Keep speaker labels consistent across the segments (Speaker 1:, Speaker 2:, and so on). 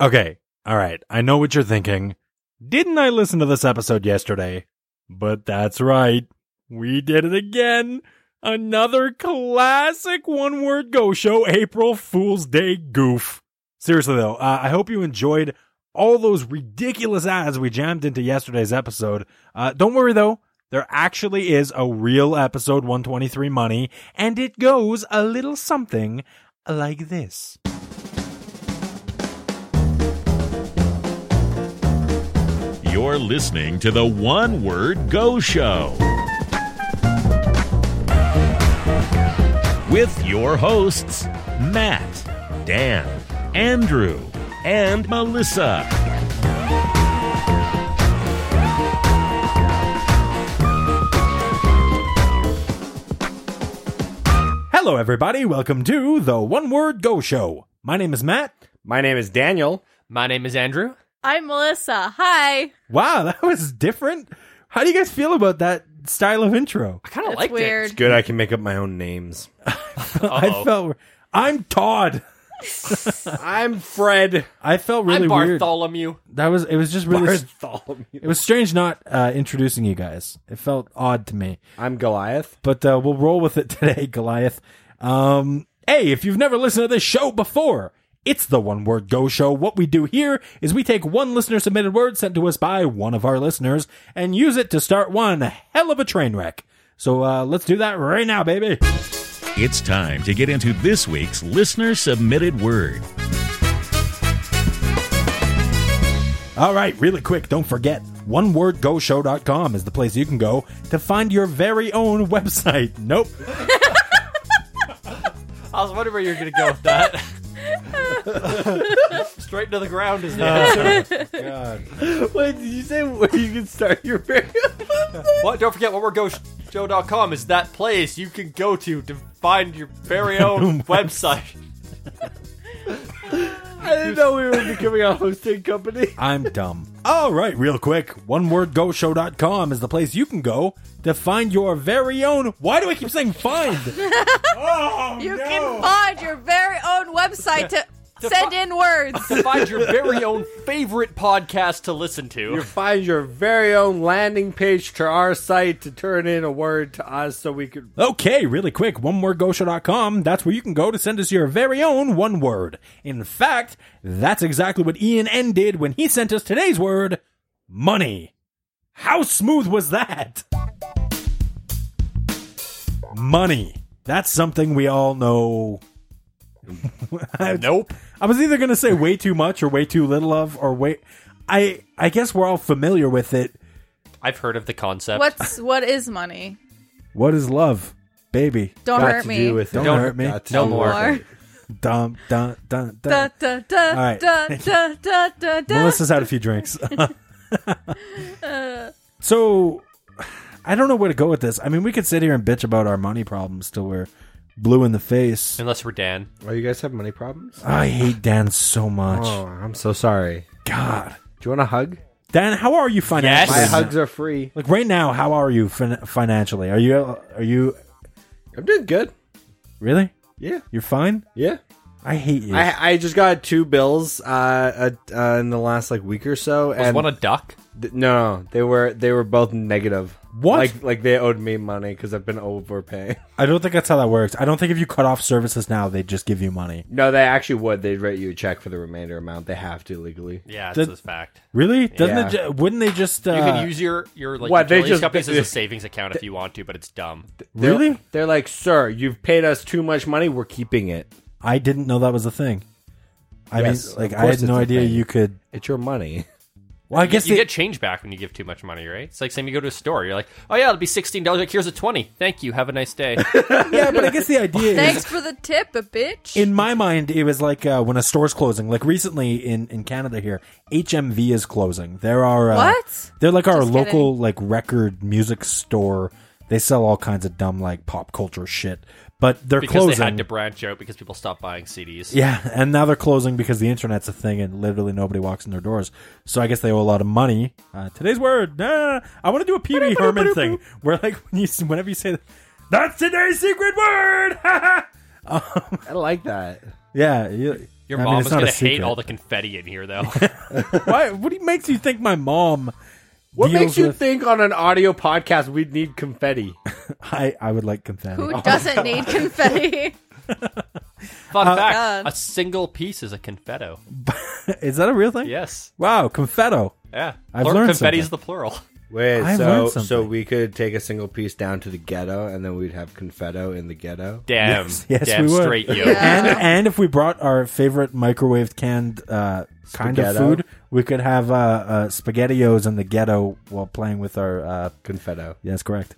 Speaker 1: Okay. All right. I know what you're thinking. Didn't I listen to this episode yesterday? But that's right. We did it again. Another classic one word go show April Fool's Day goof. Seriously, though, uh, I hope you enjoyed all those ridiculous ads we jammed into yesterday's episode. Uh, don't worry, though. There actually is a real episode 123 money, and it goes a little something like this.
Speaker 2: You're listening to the One Word Go Show with your hosts, Matt, Dan, Andrew, and Melissa.
Speaker 1: Hello, everybody. Welcome to the One Word Go Show. My name is Matt.
Speaker 3: My name is Daniel.
Speaker 4: My name is Andrew.
Speaker 5: I'm Melissa. Hi.
Speaker 1: Wow, that was different. How do you guys feel about that style of intro?
Speaker 4: I kind of
Speaker 5: That's
Speaker 4: liked
Speaker 5: weird.
Speaker 4: it.
Speaker 3: Good, I can make up my own names.
Speaker 1: I felt. I'm Todd.
Speaker 3: I'm Fred
Speaker 1: I felt really
Speaker 4: I'm
Speaker 1: weird.
Speaker 4: Bartholomew.
Speaker 1: That was. It was just really.
Speaker 3: Bartholomew.
Speaker 1: It was strange not uh, introducing you guys. It felt odd to me.
Speaker 3: I'm Goliath.
Speaker 1: but uh, we'll roll with it today, Goliath. Um, hey, if you've never listened to this show before, it's the One Word Go Show. What we do here is we take one listener submitted word sent to us by one of our listeners and use it to start one hell of a train wreck. So uh, let's do that right now, baby.
Speaker 2: It's time to get into this week's listener submitted word.
Speaker 1: All right, really quick, don't forget, onewordgoshow.com is the place you can go to find your very own website. Nope.
Speaker 4: I was wondering where you were going to go with that. Straight to the ground is the
Speaker 3: Wait, did you say where you can start your very
Speaker 4: What? Don't forget, onewordgoshow.com is that place you can go to to find your very own website.
Speaker 3: I didn't know we were becoming a hosting company.
Speaker 1: I'm dumb. All right, real quick, onewordgoshow.com is the place you can go to find your very own. Why do I keep saying find? oh,
Speaker 5: You
Speaker 1: no.
Speaker 5: can find your very own website to, send in words.
Speaker 4: Find your very own favorite podcast to listen
Speaker 3: You
Speaker 4: to.
Speaker 3: find your very own landing page to our site to turn in a word to us so we could.
Speaker 1: Okay, really quick, onewordgoshow.com, that's where you can go to send us your very own one word. In fact, that's exactly what Ian N did when he sent us today's word money. How smooth was that? Money. That's something we all know.
Speaker 4: Nope.
Speaker 1: I was either going to say way too much or way too little of or way I I guess we're all familiar with it.
Speaker 4: I've heard of the concept.
Speaker 5: What's what is money?
Speaker 1: What is love? Baby.
Speaker 5: Don't
Speaker 3: Got
Speaker 5: hurt
Speaker 3: to
Speaker 5: me.
Speaker 3: do with it.
Speaker 1: Don't
Speaker 4: Don't-
Speaker 1: hurt me.
Speaker 3: Got to
Speaker 4: no
Speaker 3: do with
Speaker 4: more.
Speaker 3: it.
Speaker 1: Dum dum dun
Speaker 5: Da,
Speaker 1: dun.
Speaker 5: da, da,
Speaker 1: right.
Speaker 5: da, da, da, da, da.
Speaker 1: Melissa's had a few drinks. so I don't know where to go with this. I mean, we could sit here and bitch about our money problems till we're blue in the face.
Speaker 4: Unless we're Dan.
Speaker 3: Oh, you guys have money problems?
Speaker 1: I hate Dan so much.
Speaker 3: Oh, I'm so sorry.
Speaker 1: God.
Speaker 3: Do you want a hug?
Speaker 1: Dan, how are you financially?
Speaker 3: My
Speaker 4: Yes.
Speaker 3: hugs are free.
Speaker 1: Like right now, how are you fin- financially? Are you are you
Speaker 3: I'm doing good.
Speaker 1: really?
Speaker 3: Yeah.
Speaker 1: You're fine?
Speaker 3: Yeah.
Speaker 1: I hate you.
Speaker 3: I, I just got two bills uh, uh, uh, in the last like week or so,
Speaker 4: Was
Speaker 3: and
Speaker 4: one a duck?
Speaker 3: th- no, they were they were both negative.
Speaker 1: What?
Speaker 3: Like like they owed me money because I've been overpaying.
Speaker 1: I don't think that's how that works. I don't think if you cut off services now, they just give you money.
Speaker 3: No, they actually would. They'd write you a check for the remainder amount. They have to legally.
Speaker 4: Yeah,
Speaker 1: The-
Speaker 4: it's a fact.
Speaker 1: Really? Doesn't
Speaker 3: Yeah.
Speaker 1: it? Ju- wouldn't they just? Uh,
Speaker 4: You can use your, your like,
Speaker 3: What, they
Speaker 4: utilities
Speaker 3: just-
Speaker 4: companies
Speaker 3: they-
Speaker 4: as a savings account if you want to, but it's dumb.
Speaker 3: They're-
Speaker 1: really?
Speaker 3: They're like, sir, you've paid us too much money. We're keeping it.
Speaker 1: I didn't know that was a thing. I
Speaker 3: Yes,
Speaker 1: mean, like
Speaker 3: of
Speaker 1: I
Speaker 3: course
Speaker 1: had no
Speaker 3: it's a
Speaker 1: idea
Speaker 3: thing.
Speaker 1: you could.
Speaker 3: It's your money.
Speaker 1: Well, I guess
Speaker 4: you
Speaker 1: they-
Speaker 4: get change back when you give too much money, right? It's like saying you go to a store, you're like, "Oh yeah, it'll be sixteen dollars. Like here's a twenty. Thank you. Have a nice day."
Speaker 1: yeah, but I guess the idea
Speaker 5: Thanks
Speaker 1: is.
Speaker 5: for the tip, a bitch.
Speaker 1: In my mind, it was like uh, when a store's closing. Like recently in, in Canada here, HMV is closing. There are uh,
Speaker 5: What?
Speaker 1: They're like our
Speaker 5: Just
Speaker 1: local like record music store. They sell all kinds of dumb like pop culture shit, but they're
Speaker 4: because
Speaker 1: closing.
Speaker 4: they had to branch out because people stopped buying CDs.
Speaker 1: Yeah, and now they're closing because the internet's a thing and literally nobody walks in their doors. So I guess they owe a lot of money. Uh, today's word. Nah, I want to do a Pee Wee Herman thing where, like, when you, whenever you say, "That's today's secret word,"
Speaker 3: I like that.
Speaker 1: yeah, you, I
Speaker 4: Your
Speaker 1: mean,
Speaker 4: mom
Speaker 1: it's
Speaker 4: is
Speaker 1: not a
Speaker 4: going to hate
Speaker 1: secret.
Speaker 4: all the confetti in here, though.
Speaker 1: Why, what do you- makes you think my mom?
Speaker 3: What
Speaker 1: deals
Speaker 3: makes you
Speaker 1: with-
Speaker 3: think on an audio podcast we'd need confetti?
Speaker 1: I I would like confetti.
Speaker 5: Who doesn't need confetti?
Speaker 1: Uh,
Speaker 4: Fun fact
Speaker 5: God.
Speaker 4: a single piece is a confetto.
Speaker 1: Is that a real thing?
Speaker 4: Yes.
Speaker 1: Wow, confetto.
Speaker 4: Yeah.
Speaker 1: I've
Speaker 4: Plur-
Speaker 1: learned
Speaker 4: confetti is the
Speaker 1: something.
Speaker 4: plural.
Speaker 3: Wait,
Speaker 1: I've
Speaker 3: so
Speaker 1: learned
Speaker 3: so
Speaker 1: something.
Speaker 3: we could take a single piece down to the ghetto, and then we'd have confetto in the ghetto.
Speaker 4: Damn.
Speaker 1: yes,
Speaker 4: damn
Speaker 1: we would.
Speaker 4: straight you.
Speaker 1: And and if we brought our favorite microwaved canned uh, kind of
Speaker 3: Spaghetto.
Speaker 1: food, we could have uh, uh, spaghettios in the ghetto while playing with our. Uh,
Speaker 3: Confetto.
Speaker 1: yes, correct.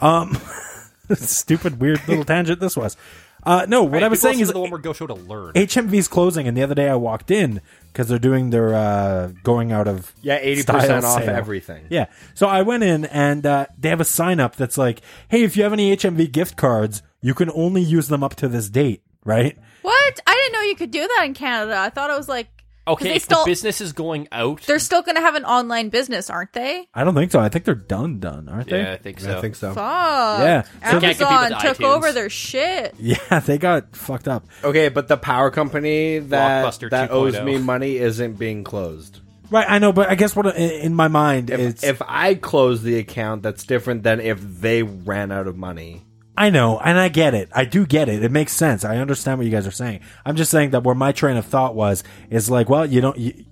Speaker 1: Um, stupid, weird little tangent this was. Uh, no, what I was
Speaker 4: People
Speaker 1: saying
Speaker 4: listen
Speaker 1: is
Speaker 4: to the one where Go Show to learn.
Speaker 1: HMV's closing, and the other day I walked in because they're doing their uh, going out of
Speaker 3: Yeah, eighty
Speaker 1: style
Speaker 3: percent off
Speaker 1: sale.
Speaker 3: everything.
Speaker 1: Yeah, so I went in and uh, they have a sign up that's like, "Hey, if you have any HMV gift cards, you can only use them up to this date." Right?
Speaker 5: What? I didn't know you could do that in Canada. I thought it was like 'cause
Speaker 4: okay,
Speaker 5: They
Speaker 4: if
Speaker 5: still,
Speaker 4: the business is going out,
Speaker 5: they're still going to have an online business, aren't they?
Speaker 1: I don't think so. I think they're done, done, aren't
Speaker 4: yeah, I
Speaker 1: they?
Speaker 4: think so.
Speaker 3: I think so.
Speaker 5: Fuck.
Speaker 1: Yeah. So-
Speaker 4: Can't compete
Speaker 5: Amazon
Speaker 4: with
Speaker 5: took
Speaker 4: iTunes.
Speaker 5: over their shit.
Speaker 1: Yeah, they got fucked up.
Speaker 3: Okay, but the power company that
Speaker 4: Blockbuster
Speaker 3: that
Speaker 4: 2.0.
Speaker 3: owes me money isn't being closed.
Speaker 1: Right? I know, but I guess what in, in my mind it's
Speaker 3: If I close the account, that's different than if they ran out of money.
Speaker 1: I know, and I get it. I do get it. It makes sense. I understand what you guys are saying. I'm just saying that where my train of thought was is like, well, you don't. You,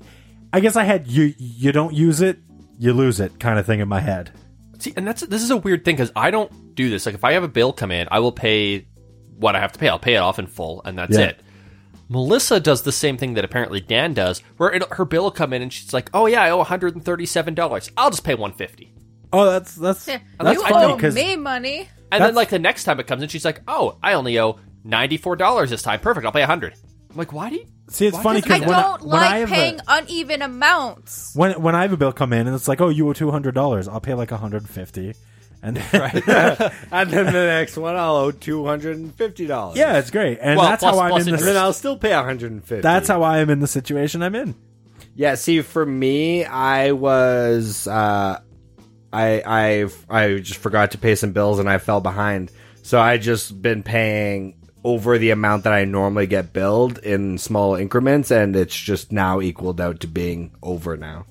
Speaker 1: I guess I had you. You don't use it, you lose it, kind of thing in my head.
Speaker 4: See, and that's this is a weird thing because I don't do this. Like, if I have a bill come in, I will pay what I have to pay. I'll pay it off in full, and that's
Speaker 1: Yeah.
Speaker 4: it. Melissa does the same thing that apparently Dan does, where it, her bill will come in and she's like, "Oh yeah, I owe one hundred and thirty-seven dollars. I'll just pay one fifty.
Speaker 1: Oh, that's that's
Speaker 5: Yeah.
Speaker 1: that's
Speaker 5: you
Speaker 1: funny
Speaker 5: owe
Speaker 1: because
Speaker 5: me money.
Speaker 4: And
Speaker 1: That's-
Speaker 4: then like the next time it comes in, she's like, "Oh, I only owe ninety-four dollars this time. Perfect. I'll pay a hundred. I'm like, "Why do you?"
Speaker 1: see, it's
Speaker 4: Why
Speaker 1: funny
Speaker 4: does-
Speaker 5: I
Speaker 1: because
Speaker 4: Yeah.
Speaker 1: when
Speaker 5: don't
Speaker 1: I, when I
Speaker 5: like
Speaker 1: have
Speaker 5: paying
Speaker 1: a,
Speaker 5: uneven amounts.
Speaker 1: when when I have a bill come in and it's like, oh, you owe two hundred dollars, I'll pay like hundred and fifty, and
Speaker 3: And then the next one, I'll owe two hundred and fifty dollars.
Speaker 1: yeah, it's great, and
Speaker 4: Well,
Speaker 1: that's
Speaker 4: plus-
Speaker 1: how I'm
Speaker 4: plus
Speaker 1: in
Speaker 4: interest.
Speaker 3: and then
Speaker 1: this.
Speaker 3: I'll still pay one hundred and fifty.
Speaker 1: That's how I am in the situation I'm in.
Speaker 3: Yeah, see, for me, I was, uh, I, I, I just forgot to pay some bills and I fell behind. So I just been paying over the amount that I normally get billed in small increments, and it's just now equaled out to being over now.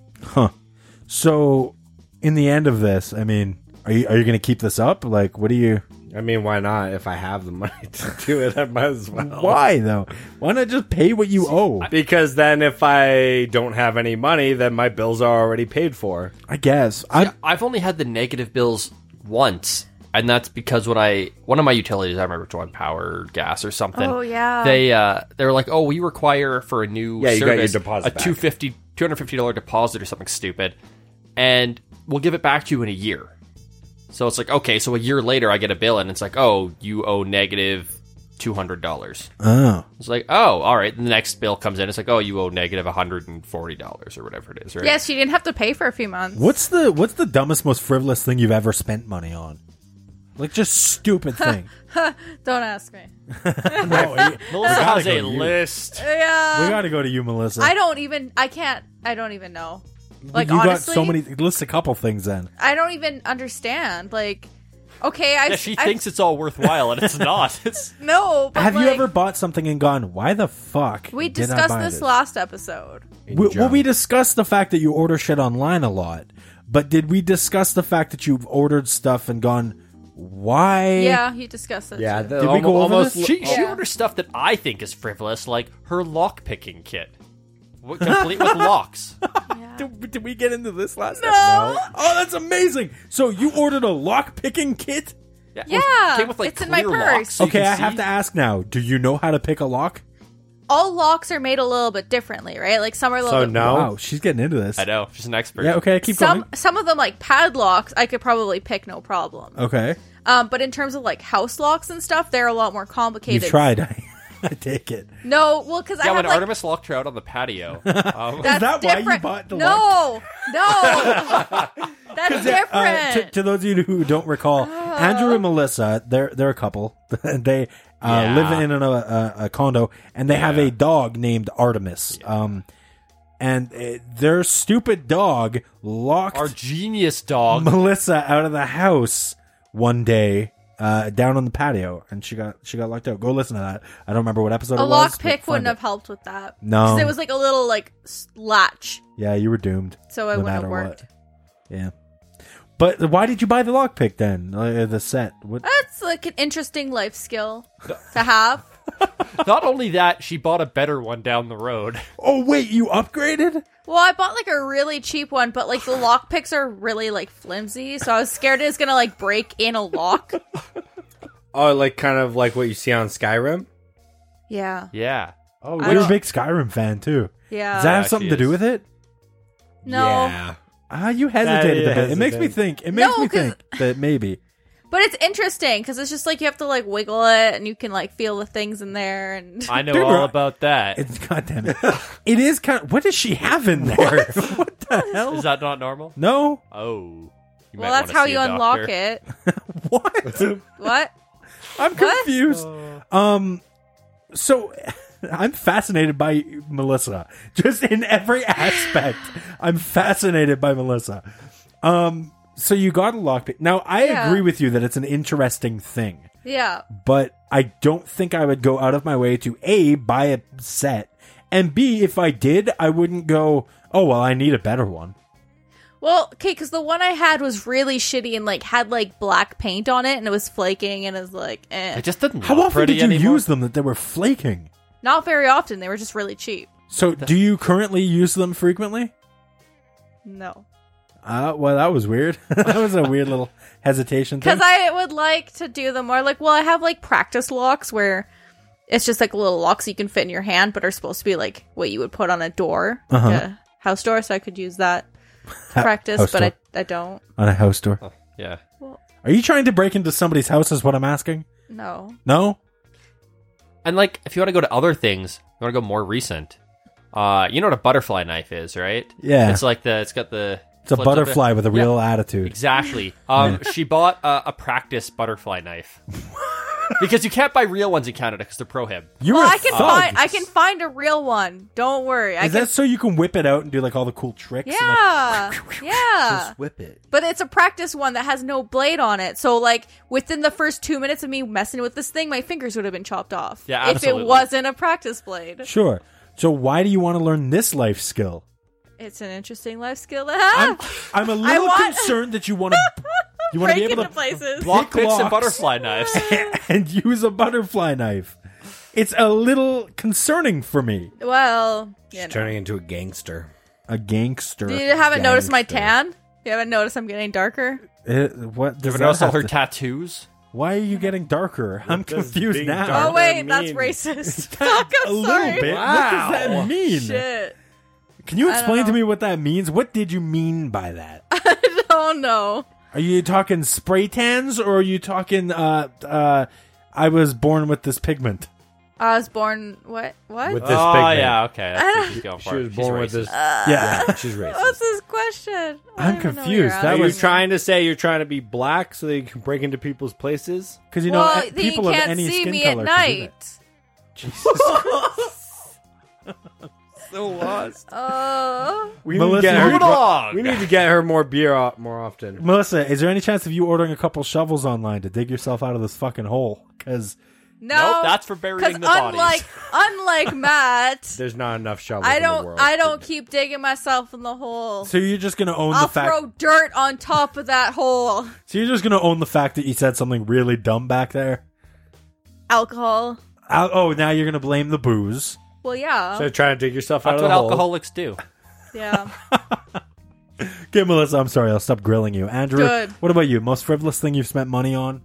Speaker 1: So, in the end of this, I mean, are you are you going to keep this up? Like, what do you?
Speaker 3: I mean, why not? If I have the money to do it, I might as well.
Speaker 1: Why though? Why not just pay what you owe? I,
Speaker 3: Because then, if I don't have any money, then my bills are already paid for.
Speaker 1: guess. I
Speaker 4: I've only had the negative bills once, and that's because when I one of my utilities, I remember which one, power, gas, or something.
Speaker 5: Oh, yeah.
Speaker 4: They uh, they were like, oh, we require for a new
Speaker 3: Yeah, you got your
Speaker 4: service
Speaker 3: deposit
Speaker 4: a
Speaker 3: back.
Speaker 4: 250 250 dollar deposit or something stupid, and we'll give it back to you in a year. So it's like okay, so a year later I get a bill and it's like oh you owe negative two hundred dollars.
Speaker 1: oh
Speaker 4: It's like oh all right. The next bill comes in, it's like oh you owe negative one hundred and forty dollars or whatever it is. Right?
Speaker 5: Yes, you didn't have to pay for a few months.
Speaker 1: what's the what's the dumbest, most frivolous thing you've ever spent money on? Like just stupid thing.
Speaker 5: Don't ask me.
Speaker 1: no, you-
Speaker 4: Melissa
Speaker 1: gotta
Speaker 4: has
Speaker 1: go
Speaker 4: a
Speaker 1: to you.
Speaker 4: list.
Speaker 5: Yeah.
Speaker 1: we got to go to you, Melissa.
Speaker 5: I don't even. I can't. I don't even know. Like
Speaker 1: you
Speaker 5: honestly,
Speaker 1: got so many. List a couple things then.
Speaker 5: I don't even understand. Like, okay, I.
Speaker 4: Yeah, she thinks it's all worthwhile, and it's not. It's
Speaker 5: no. But
Speaker 1: Have you
Speaker 5: like,
Speaker 1: ever bought something and gone, "Why the fuck?"
Speaker 5: We
Speaker 1: did I
Speaker 5: discussed
Speaker 1: buy
Speaker 5: this last episode.
Speaker 1: We, well, we discussed the fact that you order shit online a lot, but did we discuss the fact that you've ordered stuff and gone, "Why?"
Speaker 5: Yeah, you discussed it.
Speaker 3: Yeah, the,
Speaker 1: Did we go over
Speaker 3: almost,
Speaker 1: this?
Speaker 4: she, she
Speaker 5: Yeah.
Speaker 4: orders stuff that I think is frivolous, like her lock picking kit, What- complete with locks.
Speaker 1: Did, did we get into this last?
Speaker 5: No.
Speaker 1: episode? Oh, that's amazing! So you ordered a lock picking kit?
Speaker 4: Yeah,
Speaker 5: Yeah,
Speaker 4: came with like
Speaker 5: it's in
Speaker 4: clear
Speaker 5: my purse.
Speaker 4: locks. so you
Speaker 1: okay,
Speaker 4: can
Speaker 1: I
Speaker 4: see.
Speaker 1: have to ask now. Do you know how to pick a lock?
Speaker 5: All locks are made a little bit differently, right? Like some are a little
Speaker 3: So
Speaker 5: bit
Speaker 3: no.
Speaker 1: Wow, she's getting into this.
Speaker 4: I know she's an expert.
Speaker 1: Yeah. Okay, keep
Speaker 5: some
Speaker 1: going.
Speaker 5: some of them like padlocks I could probably pick no problem.
Speaker 1: Okay,
Speaker 5: Um, but in terms of like house locks and stuff, they're a lot more complicated.
Speaker 1: you've tried. I, take it.
Speaker 5: No, well, because I
Speaker 4: Yeah,
Speaker 5: have
Speaker 4: when
Speaker 5: like
Speaker 4: Artemis locked her out on the patio, um,
Speaker 5: that's
Speaker 1: that why you
Speaker 5: different.
Speaker 1: bought the
Speaker 5: no, no, that's
Speaker 1: Uh,
Speaker 5: different. Uh-huh.
Speaker 1: to, to those of you who don't recall, Andrew and Melissa, they're they're a couple. they uh,
Speaker 4: Yeah.
Speaker 1: live in an, uh, a, a condo, and they have a dog named Artemis. Um, and uh, their stupid dog locked
Speaker 4: our genius dog.
Speaker 1: Melissa out of the house one day. uh, down on the patio, and she got she got locked out. Go listen to that. I don't remember what episode
Speaker 5: A
Speaker 1: it was.
Speaker 5: lock
Speaker 1: but
Speaker 5: pick
Speaker 1: find
Speaker 5: wouldn't
Speaker 1: it.
Speaker 5: have helped with that.
Speaker 1: No.
Speaker 5: 'Cause it was like a little like s- latch,
Speaker 1: Yeah, you were doomed.
Speaker 5: so it
Speaker 1: no
Speaker 5: wouldn't
Speaker 1: matter
Speaker 5: have worked.
Speaker 1: what. Yeah. But why did you buy the lockpick then? Uh, the set. What?
Speaker 5: That's like an interesting life skill to have.
Speaker 4: Not only that, she bought a better one down the road.
Speaker 1: Oh wait, you upgraded?
Speaker 5: Well, I bought like a really cheap one, but like the lock picks are really like flimsy, so I was scared it was gonna like break in a lock.
Speaker 3: Oh, like kind of like what you see on Skyrim.
Speaker 5: Yeah,
Speaker 4: Yeah.
Speaker 1: Oh,
Speaker 5: I
Speaker 1: you're a
Speaker 5: don't-
Speaker 1: big Skyrim fan too.
Speaker 5: yeah.
Speaker 1: Does that have
Speaker 4: Yeah,
Speaker 1: something to
Speaker 4: she
Speaker 1: do
Speaker 4: is.
Speaker 1: with it?
Speaker 5: no,
Speaker 3: Yeah.
Speaker 1: Ah, you hesitated
Speaker 3: Yeah,
Speaker 1: a bit. It makes me
Speaker 3: hesitate.
Speaker 1: think. It
Speaker 5: No,
Speaker 1: makes me
Speaker 5: 'cause-
Speaker 1: think that maybe.
Speaker 5: but it's interesting because it's just like you have to like wiggle it, and you can like feel the things in there, and
Speaker 4: I know
Speaker 1: Dude,
Speaker 4: all
Speaker 1: I-
Speaker 4: about that. Is
Speaker 1: It's goddamn it. It is kind. Of, what does she have in there? What, the hell?
Speaker 4: that not normal?
Speaker 1: no.
Speaker 4: Oh. You might
Speaker 5: well, that's
Speaker 4: wanna
Speaker 5: how
Speaker 4: see
Speaker 5: you
Speaker 4: a
Speaker 5: unlock
Speaker 4: doctor.
Speaker 5: it.
Speaker 1: What?
Speaker 5: What?
Speaker 1: I'm
Speaker 5: What?
Speaker 1: confused.
Speaker 4: Uh.
Speaker 1: Um. So. I'm fascinated by Melissa. Just in every aspect, I'm fascinated by Melissa. Um, so you got a lockpick. Now, I
Speaker 5: Yeah.
Speaker 1: agree with you that it's an interesting thing.
Speaker 5: Yeah,
Speaker 1: but I don't think I would go out of my way to A, buy a set, and B, if I did, I wouldn't go, oh, well, I need a better one.
Speaker 5: Well, okay, because the one I had was really shitty and like had like black paint on it and it was flaking and it was like eh.
Speaker 4: It just didn't
Speaker 1: How
Speaker 4: look
Speaker 1: often
Speaker 4: pretty
Speaker 1: did you
Speaker 4: anymore.
Speaker 1: use them that they were flaking?
Speaker 5: not very often. They were just really cheap.
Speaker 1: So, do you currently use them frequently?
Speaker 5: No,
Speaker 1: Uh, well, that was weird. that was a weird little hesitation thing.
Speaker 5: because I would like to do them more. Like, well, I have like practice locks where it's just like little locks you can fit in your hand, but are supposed to be like what you would put on a door, like
Speaker 1: Uh-huh.
Speaker 5: a house door. So I could use that to
Speaker 1: Ha-
Speaker 5: practice,
Speaker 1: house
Speaker 5: but I,
Speaker 1: door.
Speaker 5: I don't.
Speaker 1: On a house door.
Speaker 4: Yeah.
Speaker 1: Are you trying to break into somebody's house, is what I'm asking?
Speaker 5: No,
Speaker 1: No?
Speaker 4: And like, if you want to go to other things, you want to go more recent. Uh, you know what a butterfly knife is, right?
Speaker 1: Yeah.
Speaker 4: It's like the. It's got the.
Speaker 1: It's a
Speaker 4: flipped up there.
Speaker 1: butterfly with a
Speaker 4: Yeah.
Speaker 1: real attitude.
Speaker 4: Exactly. Um, she bought a, a practice butterfly knife because you can't buy real ones in Canada because they're prohib.
Speaker 1: You're
Speaker 5: well,
Speaker 1: a
Speaker 5: I can
Speaker 1: thug.
Speaker 5: find I can find a real one. Don't worry, I
Speaker 1: Is
Speaker 5: can.
Speaker 1: that so you can whip it out and do like all the cool tricks? and, like,
Speaker 5: Yeah, yeah.
Speaker 3: whip it.
Speaker 5: But it's a practice one that has no blade on it. So like within the first two minutes of me messing with this thing, my fingers would have been chopped off.
Speaker 4: Yeah, absolutely.
Speaker 5: If it wasn't a practice blade.
Speaker 1: Sure. So why do you want to learn this life skill?
Speaker 5: It's an interesting life skill to
Speaker 1: I'm,
Speaker 5: have.
Speaker 1: I'm a little
Speaker 5: Ah, want-
Speaker 1: concerned that you want to you want to be
Speaker 5: Break
Speaker 1: able
Speaker 5: into
Speaker 1: to
Speaker 5: places.
Speaker 4: Lock picks
Speaker 1: locks.
Speaker 4: and butterfly knives.
Speaker 1: and use a butterfly knife. It's a little concerning for me.
Speaker 5: Well, you, know.
Speaker 3: Turning into a gangster.
Speaker 1: A gangster.
Speaker 5: You haven't noticed my
Speaker 1: gangster.
Speaker 5: tan? You haven't noticed I'm getting darker?
Speaker 1: Eh, what does
Speaker 4: Ever
Speaker 1: that
Speaker 4: notice all
Speaker 1: have
Speaker 4: her
Speaker 1: to-
Speaker 4: tattoos?
Speaker 1: Why are you getting darker? I'm
Speaker 3: does
Speaker 1: confused
Speaker 3: being
Speaker 1: now.
Speaker 3: dark- Darker
Speaker 5: Oh wait, that's
Speaker 3: mean.
Speaker 5: racist. Fuck, I'm
Speaker 1: a
Speaker 5: Oh, sorry.
Speaker 1: little bit. What does that mean?
Speaker 5: Shit.
Speaker 1: Can you
Speaker 5: don't
Speaker 1: explain to
Speaker 5: know.
Speaker 1: me what that means? What did you mean by that?
Speaker 5: Oh no.
Speaker 1: Are you talking spray tans or are you talking uh uh I was born with this pigment?
Speaker 5: I was born what what?
Speaker 3: With- This
Speaker 4: oh
Speaker 3: pigment.
Speaker 4: yeah, okay. That's what she's going
Speaker 3: She
Speaker 4: for.
Speaker 3: was
Speaker 4: She's
Speaker 3: born with
Speaker 4: racist.
Speaker 3: this.
Speaker 5: Uh,
Speaker 1: yeah.
Speaker 3: yeah, she's racist.
Speaker 5: What's this question? I
Speaker 1: I'm
Speaker 5: don't even know where
Speaker 1: confused.
Speaker 5: you're
Speaker 1: That
Speaker 5: at.
Speaker 3: Are you
Speaker 1: was-
Speaker 3: trying to say you're trying to be black so that you can break into people's places?
Speaker 1: Because you
Speaker 5: well,
Speaker 1: know, eh,
Speaker 5: then
Speaker 1: people
Speaker 5: you
Speaker 1: of
Speaker 5: can't
Speaker 1: any
Speaker 5: see
Speaker 1: skin
Speaker 5: me
Speaker 1: color can
Speaker 5: at
Speaker 1: do that.
Speaker 5: night.
Speaker 3: So lost.
Speaker 5: Oh,
Speaker 3: We
Speaker 1: Melissa,
Speaker 3: need to get her.
Speaker 1: Hold
Speaker 4: on.
Speaker 3: We need to get her more beer o- more often.
Speaker 1: Melissa, is there any chance of you ordering a couple shovels online to dig yourself out of this fucking hole? Because
Speaker 5: no,
Speaker 4: Nope, that's for
Speaker 5: because
Speaker 4: burying the bodies.
Speaker 5: unlike unlike Matt,
Speaker 3: There's not enough shovels.
Speaker 5: I
Speaker 3: In the
Speaker 5: don't
Speaker 3: world.
Speaker 5: I don't keep digging myself in the hole.
Speaker 1: so you're just gonna own
Speaker 5: I'll
Speaker 1: the fact.
Speaker 5: throw dirt on top of that hole.
Speaker 1: So you're just gonna own the fact that you said something really dumb back there.
Speaker 5: Alcohol.
Speaker 1: Al- oh, now you're gonna blame the booze.
Speaker 5: Well, yeah,
Speaker 3: So trying to dig yourself out
Speaker 4: That's
Speaker 3: of
Speaker 4: what
Speaker 3: the hole.
Speaker 4: alcoholics do.
Speaker 5: yeah.
Speaker 1: Okay, Melissa, I'm sorry. I'll stop grilling you. Andrew,
Speaker 5: Good.
Speaker 1: what about you? Most frivolous thing you've spent money on?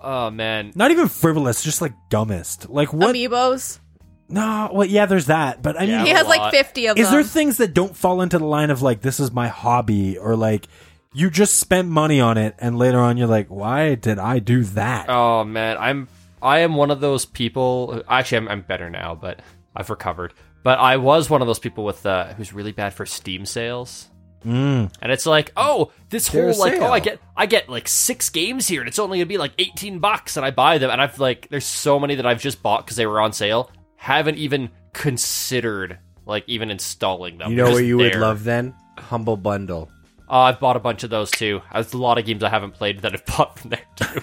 Speaker 4: Oh man,
Speaker 1: Not even frivolous, just like dumbest. Like what?
Speaker 5: Amiibos.
Speaker 1: no, well, yeah, there's that. But I mean,
Speaker 4: Yeah.
Speaker 5: He has like
Speaker 4: lot.
Speaker 5: fifty of
Speaker 1: Is
Speaker 5: them.
Speaker 1: there things that don't fall into the line of like this is my hobby or like you just spent money on it and later on you're like why did I do that?
Speaker 3: Uh.
Speaker 4: Oh man, I'm I am one of those people. Actually, I'm, I'm better now, but I've recovered. But I was one of those people with uh, who's really bad for Steam sales. Mm. And it's like, oh, this
Speaker 3: They're
Speaker 4: whole like,
Speaker 3: sale.
Speaker 4: oh, I get I get like six games here, and it's only gonna be like eighteen bucks, and I buy them, and I've like, there's so many that I've just bought because they were on sale, haven't even considered like even installing them.
Speaker 3: You know
Speaker 4: They're
Speaker 3: what
Speaker 4: just
Speaker 3: you would
Speaker 4: there. Oh,
Speaker 3: love then? Humble bundle.
Speaker 4: Uh, I've bought a bunch of those too. There's a lot of games I haven't played that I've bought from there too.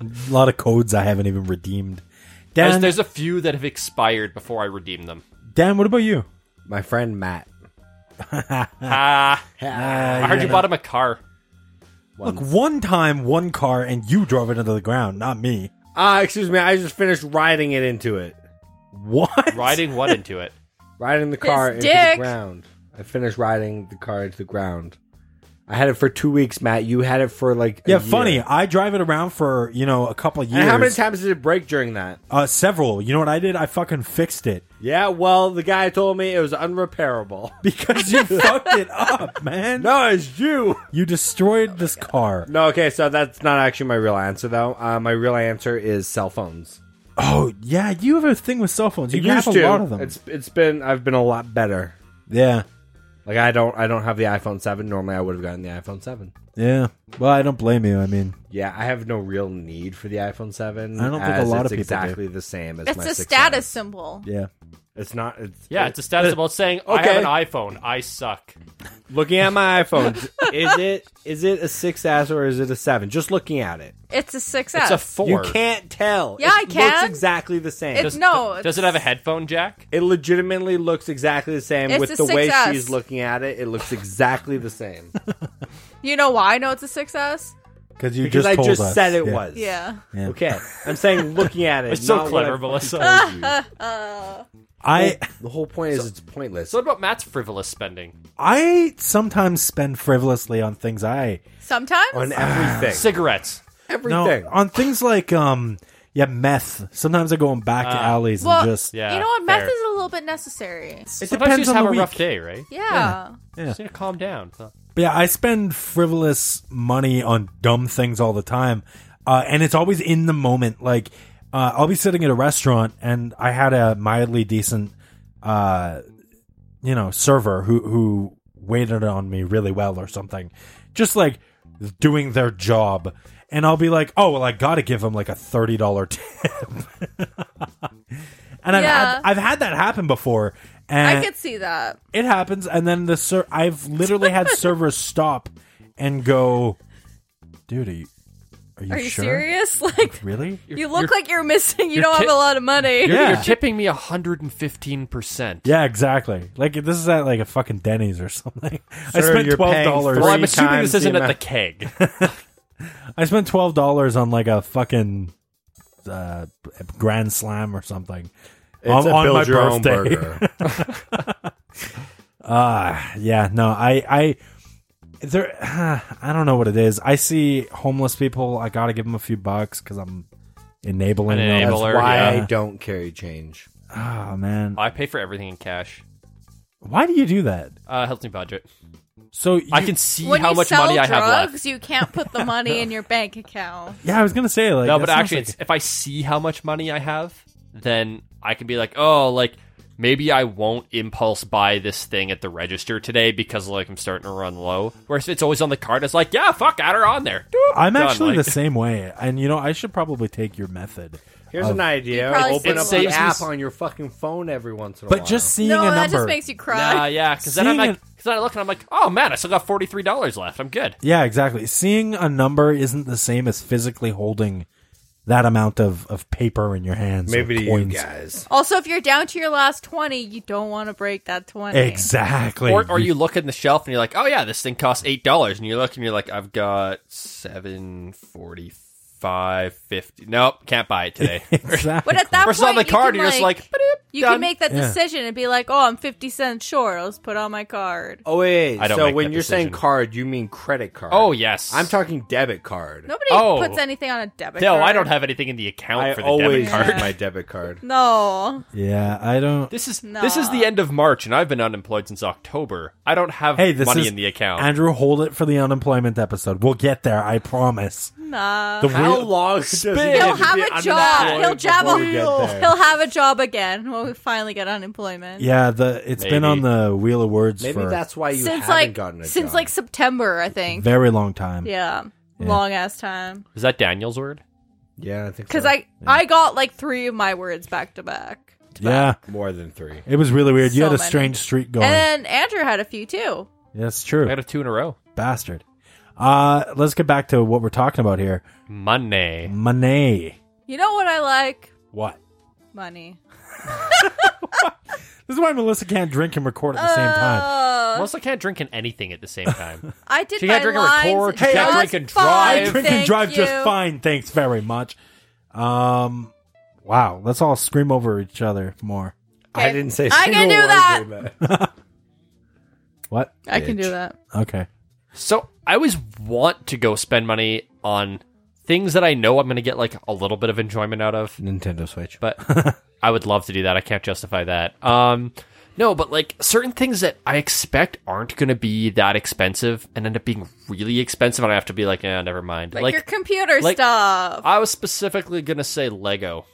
Speaker 1: A lot of codes I haven't even redeemed.
Speaker 4: There's,
Speaker 1: Dan,
Speaker 4: there's a few that have expired before I redeem them.
Speaker 1: Dan, what about you?
Speaker 3: My friend Matt.
Speaker 4: Ah, I heard you bought him a car.
Speaker 1: Look, one time, one car, and you drove it into the ground, not me.
Speaker 3: Ah, excuse me. I just finished riding it into it.
Speaker 1: What?
Speaker 4: Riding what into it?
Speaker 3: Riding the car into the
Speaker 5: dick.
Speaker 3: ground. I finished riding the car into the ground. I had it for two weeks, Matt. You had it for like a
Speaker 1: Yeah,
Speaker 3: year.
Speaker 1: funny. I drive it around for you know a couple years.
Speaker 3: And how many times did it break during that?
Speaker 1: Uh, several. You know what I did? I fucking fixed it
Speaker 3: Yeah, well, the guy told me it was unrepairable.
Speaker 1: because you fucked it up, man.
Speaker 3: No, Oh it's you.
Speaker 1: You destroyed this car.
Speaker 3: No, okay, so that's not actually my real answer though. Uh, my real answer is cell phones.
Speaker 1: Oh yeah, you have a thing with cell phones. You have a lot of them.
Speaker 3: It's it's been I've been a lot better.
Speaker 1: Yeah,
Speaker 3: Like I don't I don't have the iPhone 7. Normally I would have gotten the iPhone 7.
Speaker 1: yeah. Well, I don't blame you. I mean,
Speaker 3: Yeah, I have no real need for the iPhone 7.
Speaker 1: I don't think a
Speaker 3: as
Speaker 1: lot
Speaker 3: it's
Speaker 1: of people do.
Speaker 3: exactly the same as
Speaker 5: It's
Speaker 3: my
Speaker 5: a
Speaker 3: 6S.
Speaker 5: status symbol.
Speaker 1: yeah.
Speaker 3: It's not it's,
Speaker 4: Yeah, it's a status about saying I
Speaker 3: Okay.
Speaker 4: have an iPhone. I suck.
Speaker 3: looking at my iPhone. is it is it a 6S or is it a 7? Just looking at it.
Speaker 5: It's a
Speaker 4: It's
Speaker 5: success.
Speaker 4: a four.
Speaker 3: You can't tell.
Speaker 5: Yeah, I
Speaker 3: it looks
Speaker 5: can.
Speaker 3: exactly the same.
Speaker 5: It's- No,
Speaker 4: does it have a headphone jack?
Speaker 3: It legitimately looks exactly the same
Speaker 5: It's
Speaker 3: with
Speaker 5: a
Speaker 3: the way
Speaker 5: 6S.
Speaker 3: she's looking at it. It looks exactly the same
Speaker 5: you know why I know it's a success?
Speaker 1: Because you
Speaker 3: because
Speaker 1: just
Speaker 3: I
Speaker 1: told
Speaker 3: just
Speaker 1: us.
Speaker 3: said it
Speaker 1: Yeah.
Speaker 3: was.
Speaker 5: Yeah.
Speaker 1: Yeah.
Speaker 3: Okay, I'm saying looking at it.
Speaker 4: It's so
Speaker 3: not what
Speaker 4: clever,
Speaker 3: I
Speaker 4: Melissa.
Speaker 5: Ah.
Speaker 3: told you.
Speaker 1: I
Speaker 3: the whole point is it's pointless.
Speaker 4: So what about Matt's frivolous spending?
Speaker 1: I sometimes spend frivolously on things I
Speaker 5: Sometimes
Speaker 3: on everything,
Speaker 4: Cigarettes.
Speaker 3: everything.
Speaker 1: no on things like um yeah meth. Sometimes I go in back
Speaker 3: Uh,
Speaker 1: alleys
Speaker 5: well,
Speaker 1: and just
Speaker 4: Yeah,
Speaker 5: you know what? Meth
Speaker 4: fair.
Speaker 5: is a little bit necessary.
Speaker 1: it
Speaker 4: Sometimes you
Speaker 1: depends
Speaker 4: just
Speaker 1: on
Speaker 4: have
Speaker 1: the
Speaker 4: a
Speaker 1: week.
Speaker 4: rough day, right?
Speaker 5: Yeah.
Speaker 4: Just need to calm down.
Speaker 1: But yeah, I spend frivolous money on dumb things all the time, uh, and it's always in the moment. Like uh, I'll be sitting at a restaurant, and I had a mildly decent, uh, you know, server who who waited on me really well or something, just like doing their job. And I'll be like, oh well, I got to give him like a thirty dollar tip. and I've,
Speaker 5: Yeah.
Speaker 1: had, I've had that happen before. And
Speaker 5: I could see that.
Speaker 1: it happens and then the ser- i've literally had servers stop and go dude are you are you,
Speaker 5: Are you
Speaker 1: sure
Speaker 5: serious? Like
Speaker 1: really
Speaker 5: you look
Speaker 4: you're-
Speaker 5: like you're missing. You
Speaker 4: you're
Speaker 5: don't
Speaker 4: ki-
Speaker 5: have a lot of money.
Speaker 4: You're,
Speaker 1: Yeah.
Speaker 4: you're tipping me 115%.
Speaker 1: yeah exactly like this is at like a fucking denny's or something i
Speaker 3: Sir,
Speaker 1: spent
Speaker 3: you're
Speaker 1: 12
Speaker 3: paying
Speaker 1: dollars
Speaker 4: Well,
Speaker 3: three
Speaker 4: I'm assuming
Speaker 3: times
Speaker 4: this
Speaker 3: the
Speaker 4: isn't at the
Speaker 3: amount-
Speaker 4: keg.
Speaker 1: i spent 12 dollars on like a fucking uh grand slam or something on,
Speaker 3: a
Speaker 1: on
Speaker 3: build
Speaker 1: my
Speaker 3: your own
Speaker 1: birthday
Speaker 3: burger.
Speaker 1: Ah, yeah, no, I, I, there, I don't know what it is. I see homeless people. I gotta give them a few bucks because I'm enabling
Speaker 4: An
Speaker 1: them.
Speaker 4: enabler.
Speaker 1: Why-
Speaker 3: Why
Speaker 4: Yeah.
Speaker 3: I don't carry change.
Speaker 1: Ah, man,
Speaker 4: I pay for everything in cash.
Speaker 1: why do you do that?
Speaker 4: Uh, helps me budget.
Speaker 1: So you,
Speaker 4: I can see
Speaker 5: when
Speaker 4: how
Speaker 5: you
Speaker 4: much
Speaker 5: sell
Speaker 4: money
Speaker 5: drugs,
Speaker 4: I have left.
Speaker 5: you can't put the money in your bank account.
Speaker 1: yeah, I was gonna say like
Speaker 4: No,
Speaker 1: that
Speaker 4: but
Speaker 1: sounds
Speaker 4: actually,
Speaker 1: like-
Speaker 4: it's, if I see how much money I have, then I can be like, oh, like maybe I won't impulse buy this thing at the register today because like I'm starting to run low. Whereas if it's always on the card, it's like, yeah, fuck, add her on there. Doop,
Speaker 1: I'm
Speaker 4: done,
Speaker 1: actually
Speaker 4: like- Oh,
Speaker 1: the same way, and you know I should probably take your method.
Speaker 3: Here's an idea:
Speaker 5: You probably
Speaker 3: open up
Speaker 5: saves
Speaker 4: a
Speaker 3: the
Speaker 4: lot.
Speaker 3: app on your fucking phone every once in a while.
Speaker 1: But just seeing
Speaker 5: no,
Speaker 1: a
Speaker 5: that
Speaker 1: number,
Speaker 5: just makes you cry.
Speaker 4: Nah, yeah, because then I'm
Speaker 1: Seeing
Speaker 4: like, because then I look and I'm like, oh man, I still got forty three dollars left. I'm good.
Speaker 1: yeah, exactly. Seeing a number isn't the same as physically holding that amount of of paper in your hands. or
Speaker 3: maybe to you
Speaker 1: coins.
Speaker 3: guys.
Speaker 5: Also, if you're down to your last twenty, you don't want to break that twenty.
Speaker 1: Exactly.
Speaker 4: Or, or you look in the shelf and you're like, oh yeah, this thing costs eight dollars, and you look and you're like, I've got seven forty five fifty. Nope, can't buy it today.
Speaker 1: exactly.
Speaker 5: But at that
Speaker 4: or
Speaker 5: point,
Speaker 4: it's on the
Speaker 5: you
Speaker 4: card,
Speaker 5: can,
Speaker 4: you're just like, "Badoop,
Speaker 5: you
Speaker 4: done."
Speaker 5: can make that
Speaker 1: Yeah.
Speaker 5: decision and be like, "Oh, I'm fifty cents short. Let's put on my card."
Speaker 3: Oh wait, wait,
Speaker 4: I don't
Speaker 3: so
Speaker 4: make
Speaker 3: when
Speaker 4: that
Speaker 3: you're saying
Speaker 4: decision.
Speaker 3: card, you mean credit card?
Speaker 4: Oh yes,
Speaker 3: I'm talking debit card.
Speaker 5: Nobody
Speaker 4: Oh.
Speaker 5: puts anything on a debit.
Speaker 4: No,
Speaker 5: card.
Speaker 4: I don't have anything in the account
Speaker 3: I
Speaker 4: for the
Speaker 3: always
Speaker 4: debit card.
Speaker 3: use my debit card.
Speaker 5: No,
Speaker 1: yeah, I don't.
Speaker 4: This is this is the end of March, and I've been unemployed since October. I don't have
Speaker 1: Hey, this
Speaker 4: money
Speaker 1: is
Speaker 4: in the account.
Speaker 1: Andrew, hold it for the unemployment episode. We'll get there, I promise.
Speaker 5: nah.
Speaker 1: The
Speaker 3: How
Speaker 1: real-
Speaker 3: long does he
Speaker 4: Spin.
Speaker 5: He'll
Speaker 3: to
Speaker 5: have
Speaker 3: be
Speaker 5: a
Speaker 3: unemployed
Speaker 5: job. He'll jab
Speaker 3: before
Speaker 5: on.
Speaker 3: we get there?
Speaker 5: He'll have a job again when we finally get unemployment.
Speaker 1: yeah, the it's been
Speaker 4: Maybe.
Speaker 1: on the Wheel of Words
Speaker 3: Maybe
Speaker 1: for
Speaker 3: that's why you
Speaker 5: since
Speaker 3: haven't
Speaker 5: like
Speaker 3: gotten a
Speaker 5: since
Speaker 3: job.
Speaker 5: like September, I think.
Speaker 1: very long time.
Speaker 5: yeah, long ass time.
Speaker 4: is that Daniel's word?
Speaker 3: yeah, I think
Speaker 5: Because
Speaker 3: so.
Speaker 5: I I got like three of my words back to back,
Speaker 1: yeah.
Speaker 3: more than three.
Speaker 1: It was really weird. you
Speaker 5: So
Speaker 1: had a
Speaker 5: many. Eh.
Speaker 1: strange streak going.
Speaker 5: and then Andrew had a few too.
Speaker 1: That's
Speaker 4: I
Speaker 1: true.
Speaker 4: got a two in a row.
Speaker 1: Bastard. Uh, let's get back to what we're talking about here.
Speaker 4: Money.
Speaker 1: Money.
Speaker 5: You know what I like?
Speaker 1: What?
Speaker 5: Money.
Speaker 1: This is why Melissa can't drink and record at the same time.
Speaker 5: Uh,
Speaker 4: Melissa can't drink in anything at the same time.
Speaker 5: I did
Speaker 4: She
Speaker 5: my
Speaker 4: can't drink and
Speaker 5: lines
Speaker 4: record, she can't
Speaker 5: just
Speaker 4: drink and
Speaker 5: fine,
Speaker 4: drive.
Speaker 1: I drink and
Speaker 5: thank
Speaker 1: drive
Speaker 5: you.
Speaker 1: just fine, thanks very much. Um, wow, let's all scream over each other more.
Speaker 3: I
Speaker 5: Okay.
Speaker 3: didn't say.
Speaker 5: I can
Speaker 3: single
Speaker 5: do
Speaker 3: word
Speaker 5: that.
Speaker 3: during
Speaker 1: What?
Speaker 5: I can do that.
Speaker 1: Okay.
Speaker 4: so I always want to go spend money on things that I know I'm going to get like a little bit of enjoyment out of.
Speaker 3: Nintendo Switch.
Speaker 4: but I would love to do that. I can't justify that. Um, no, but like certain things that I expect aren't going to be that expensive and end up being really expensive, and I have to be like, yeah, never mind.
Speaker 5: Like,
Speaker 4: Like,
Speaker 5: your computer
Speaker 4: like-
Speaker 5: stuff.
Speaker 4: I was specifically going to say Lego.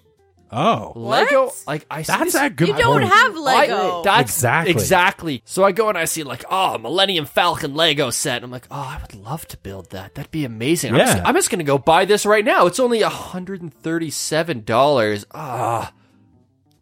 Speaker 1: Oh,
Speaker 4: Lego, like I see
Speaker 1: that's
Speaker 4: these-
Speaker 1: a good
Speaker 5: you don't
Speaker 1: point.
Speaker 5: have
Speaker 4: I-
Speaker 5: Lego.
Speaker 4: that's
Speaker 1: Exactly.
Speaker 4: exactly. So I go and I see like, oh, Millennium Falcon Lego set. And I'm like, oh, I would love to build that. That'd be amazing. I'm,
Speaker 1: Yeah.
Speaker 4: just, I'm just gonna go buy this right now. It's only hundred and thirty seven dollars. Ah,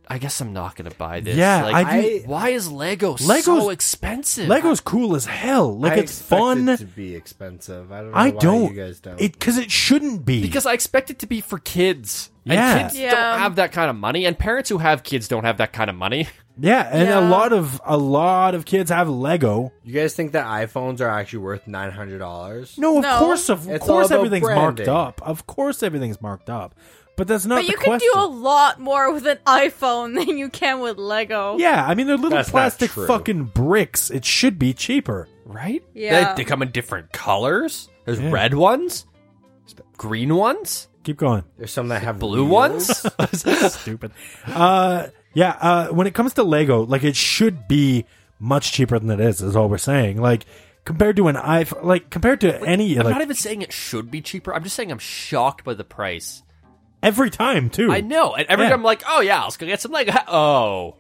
Speaker 4: I guess I'm not gonna buy this.
Speaker 1: Yeah,
Speaker 4: like,
Speaker 1: I do-
Speaker 4: why is Lego so
Speaker 1: Lego's-
Speaker 4: expensive?
Speaker 1: Lego's cool as hell. Like
Speaker 3: I
Speaker 1: it's
Speaker 3: expect
Speaker 1: fun.
Speaker 3: It to be expensive. I don't. Know
Speaker 1: I
Speaker 3: why
Speaker 1: don't.
Speaker 3: You guys don't.
Speaker 1: It because it shouldn't be.
Speaker 4: because I expect it to be for kids.
Speaker 1: Yeah.
Speaker 4: And kids
Speaker 5: Yeah.
Speaker 4: don't have that kind of money, and parents who have kids don't have that kind of money.
Speaker 1: yeah, and a
Speaker 5: Yeah.
Speaker 1: lot of a lot of kids have Lego.
Speaker 3: you guys think that iPhones are actually worth nine hundred dollars?
Speaker 1: No, of
Speaker 5: No.
Speaker 1: course, of
Speaker 3: It's all
Speaker 1: course,
Speaker 3: about
Speaker 1: everything's marked
Speaker 3: branding.
Speaker 1: up. Of course, everything's marked up. But that's not
Speaker 5: but
Speaker 1: the
Speaker 5: you can
Speaker 1: question.
Speaker 5: do a lot more with an iPhone than you can with Lego.
Speaker 1: yeah, I mean they're little
Speaker 3: That's not
Speaker 1: plastic
Speaker 3: true.
Speaker 1: fucking bricks. It should be cheaper.
Speaker 4: right?
Speaker 5: Yeah.
Speaker 4: They, they come in different colors. There's red ones, green ones,
Speaker 1: Keep going.
Speaker 3: There's some that have
Speaker 4: blue
Speaker 3: wheels.
Speaker 4: ones.
Speaker 1: Stupid. Uh, yeah. Uh, when it comes to Lego, like it should be much cheaper than it is. Is all we're saying. Like compared to an iPhone, like compared to any,
Speaker 4: I'm
Speaker 1: like
Speaker 4: not even saying it should be cheaper. I'm just saying I'm shocked by the price.
Speaker 1: every time too.
Speaker 4: I know. And every
Speaker 1: Yeah.
Speaker 4: time I'm like, oh yeah, let's go get some Lego. Oh.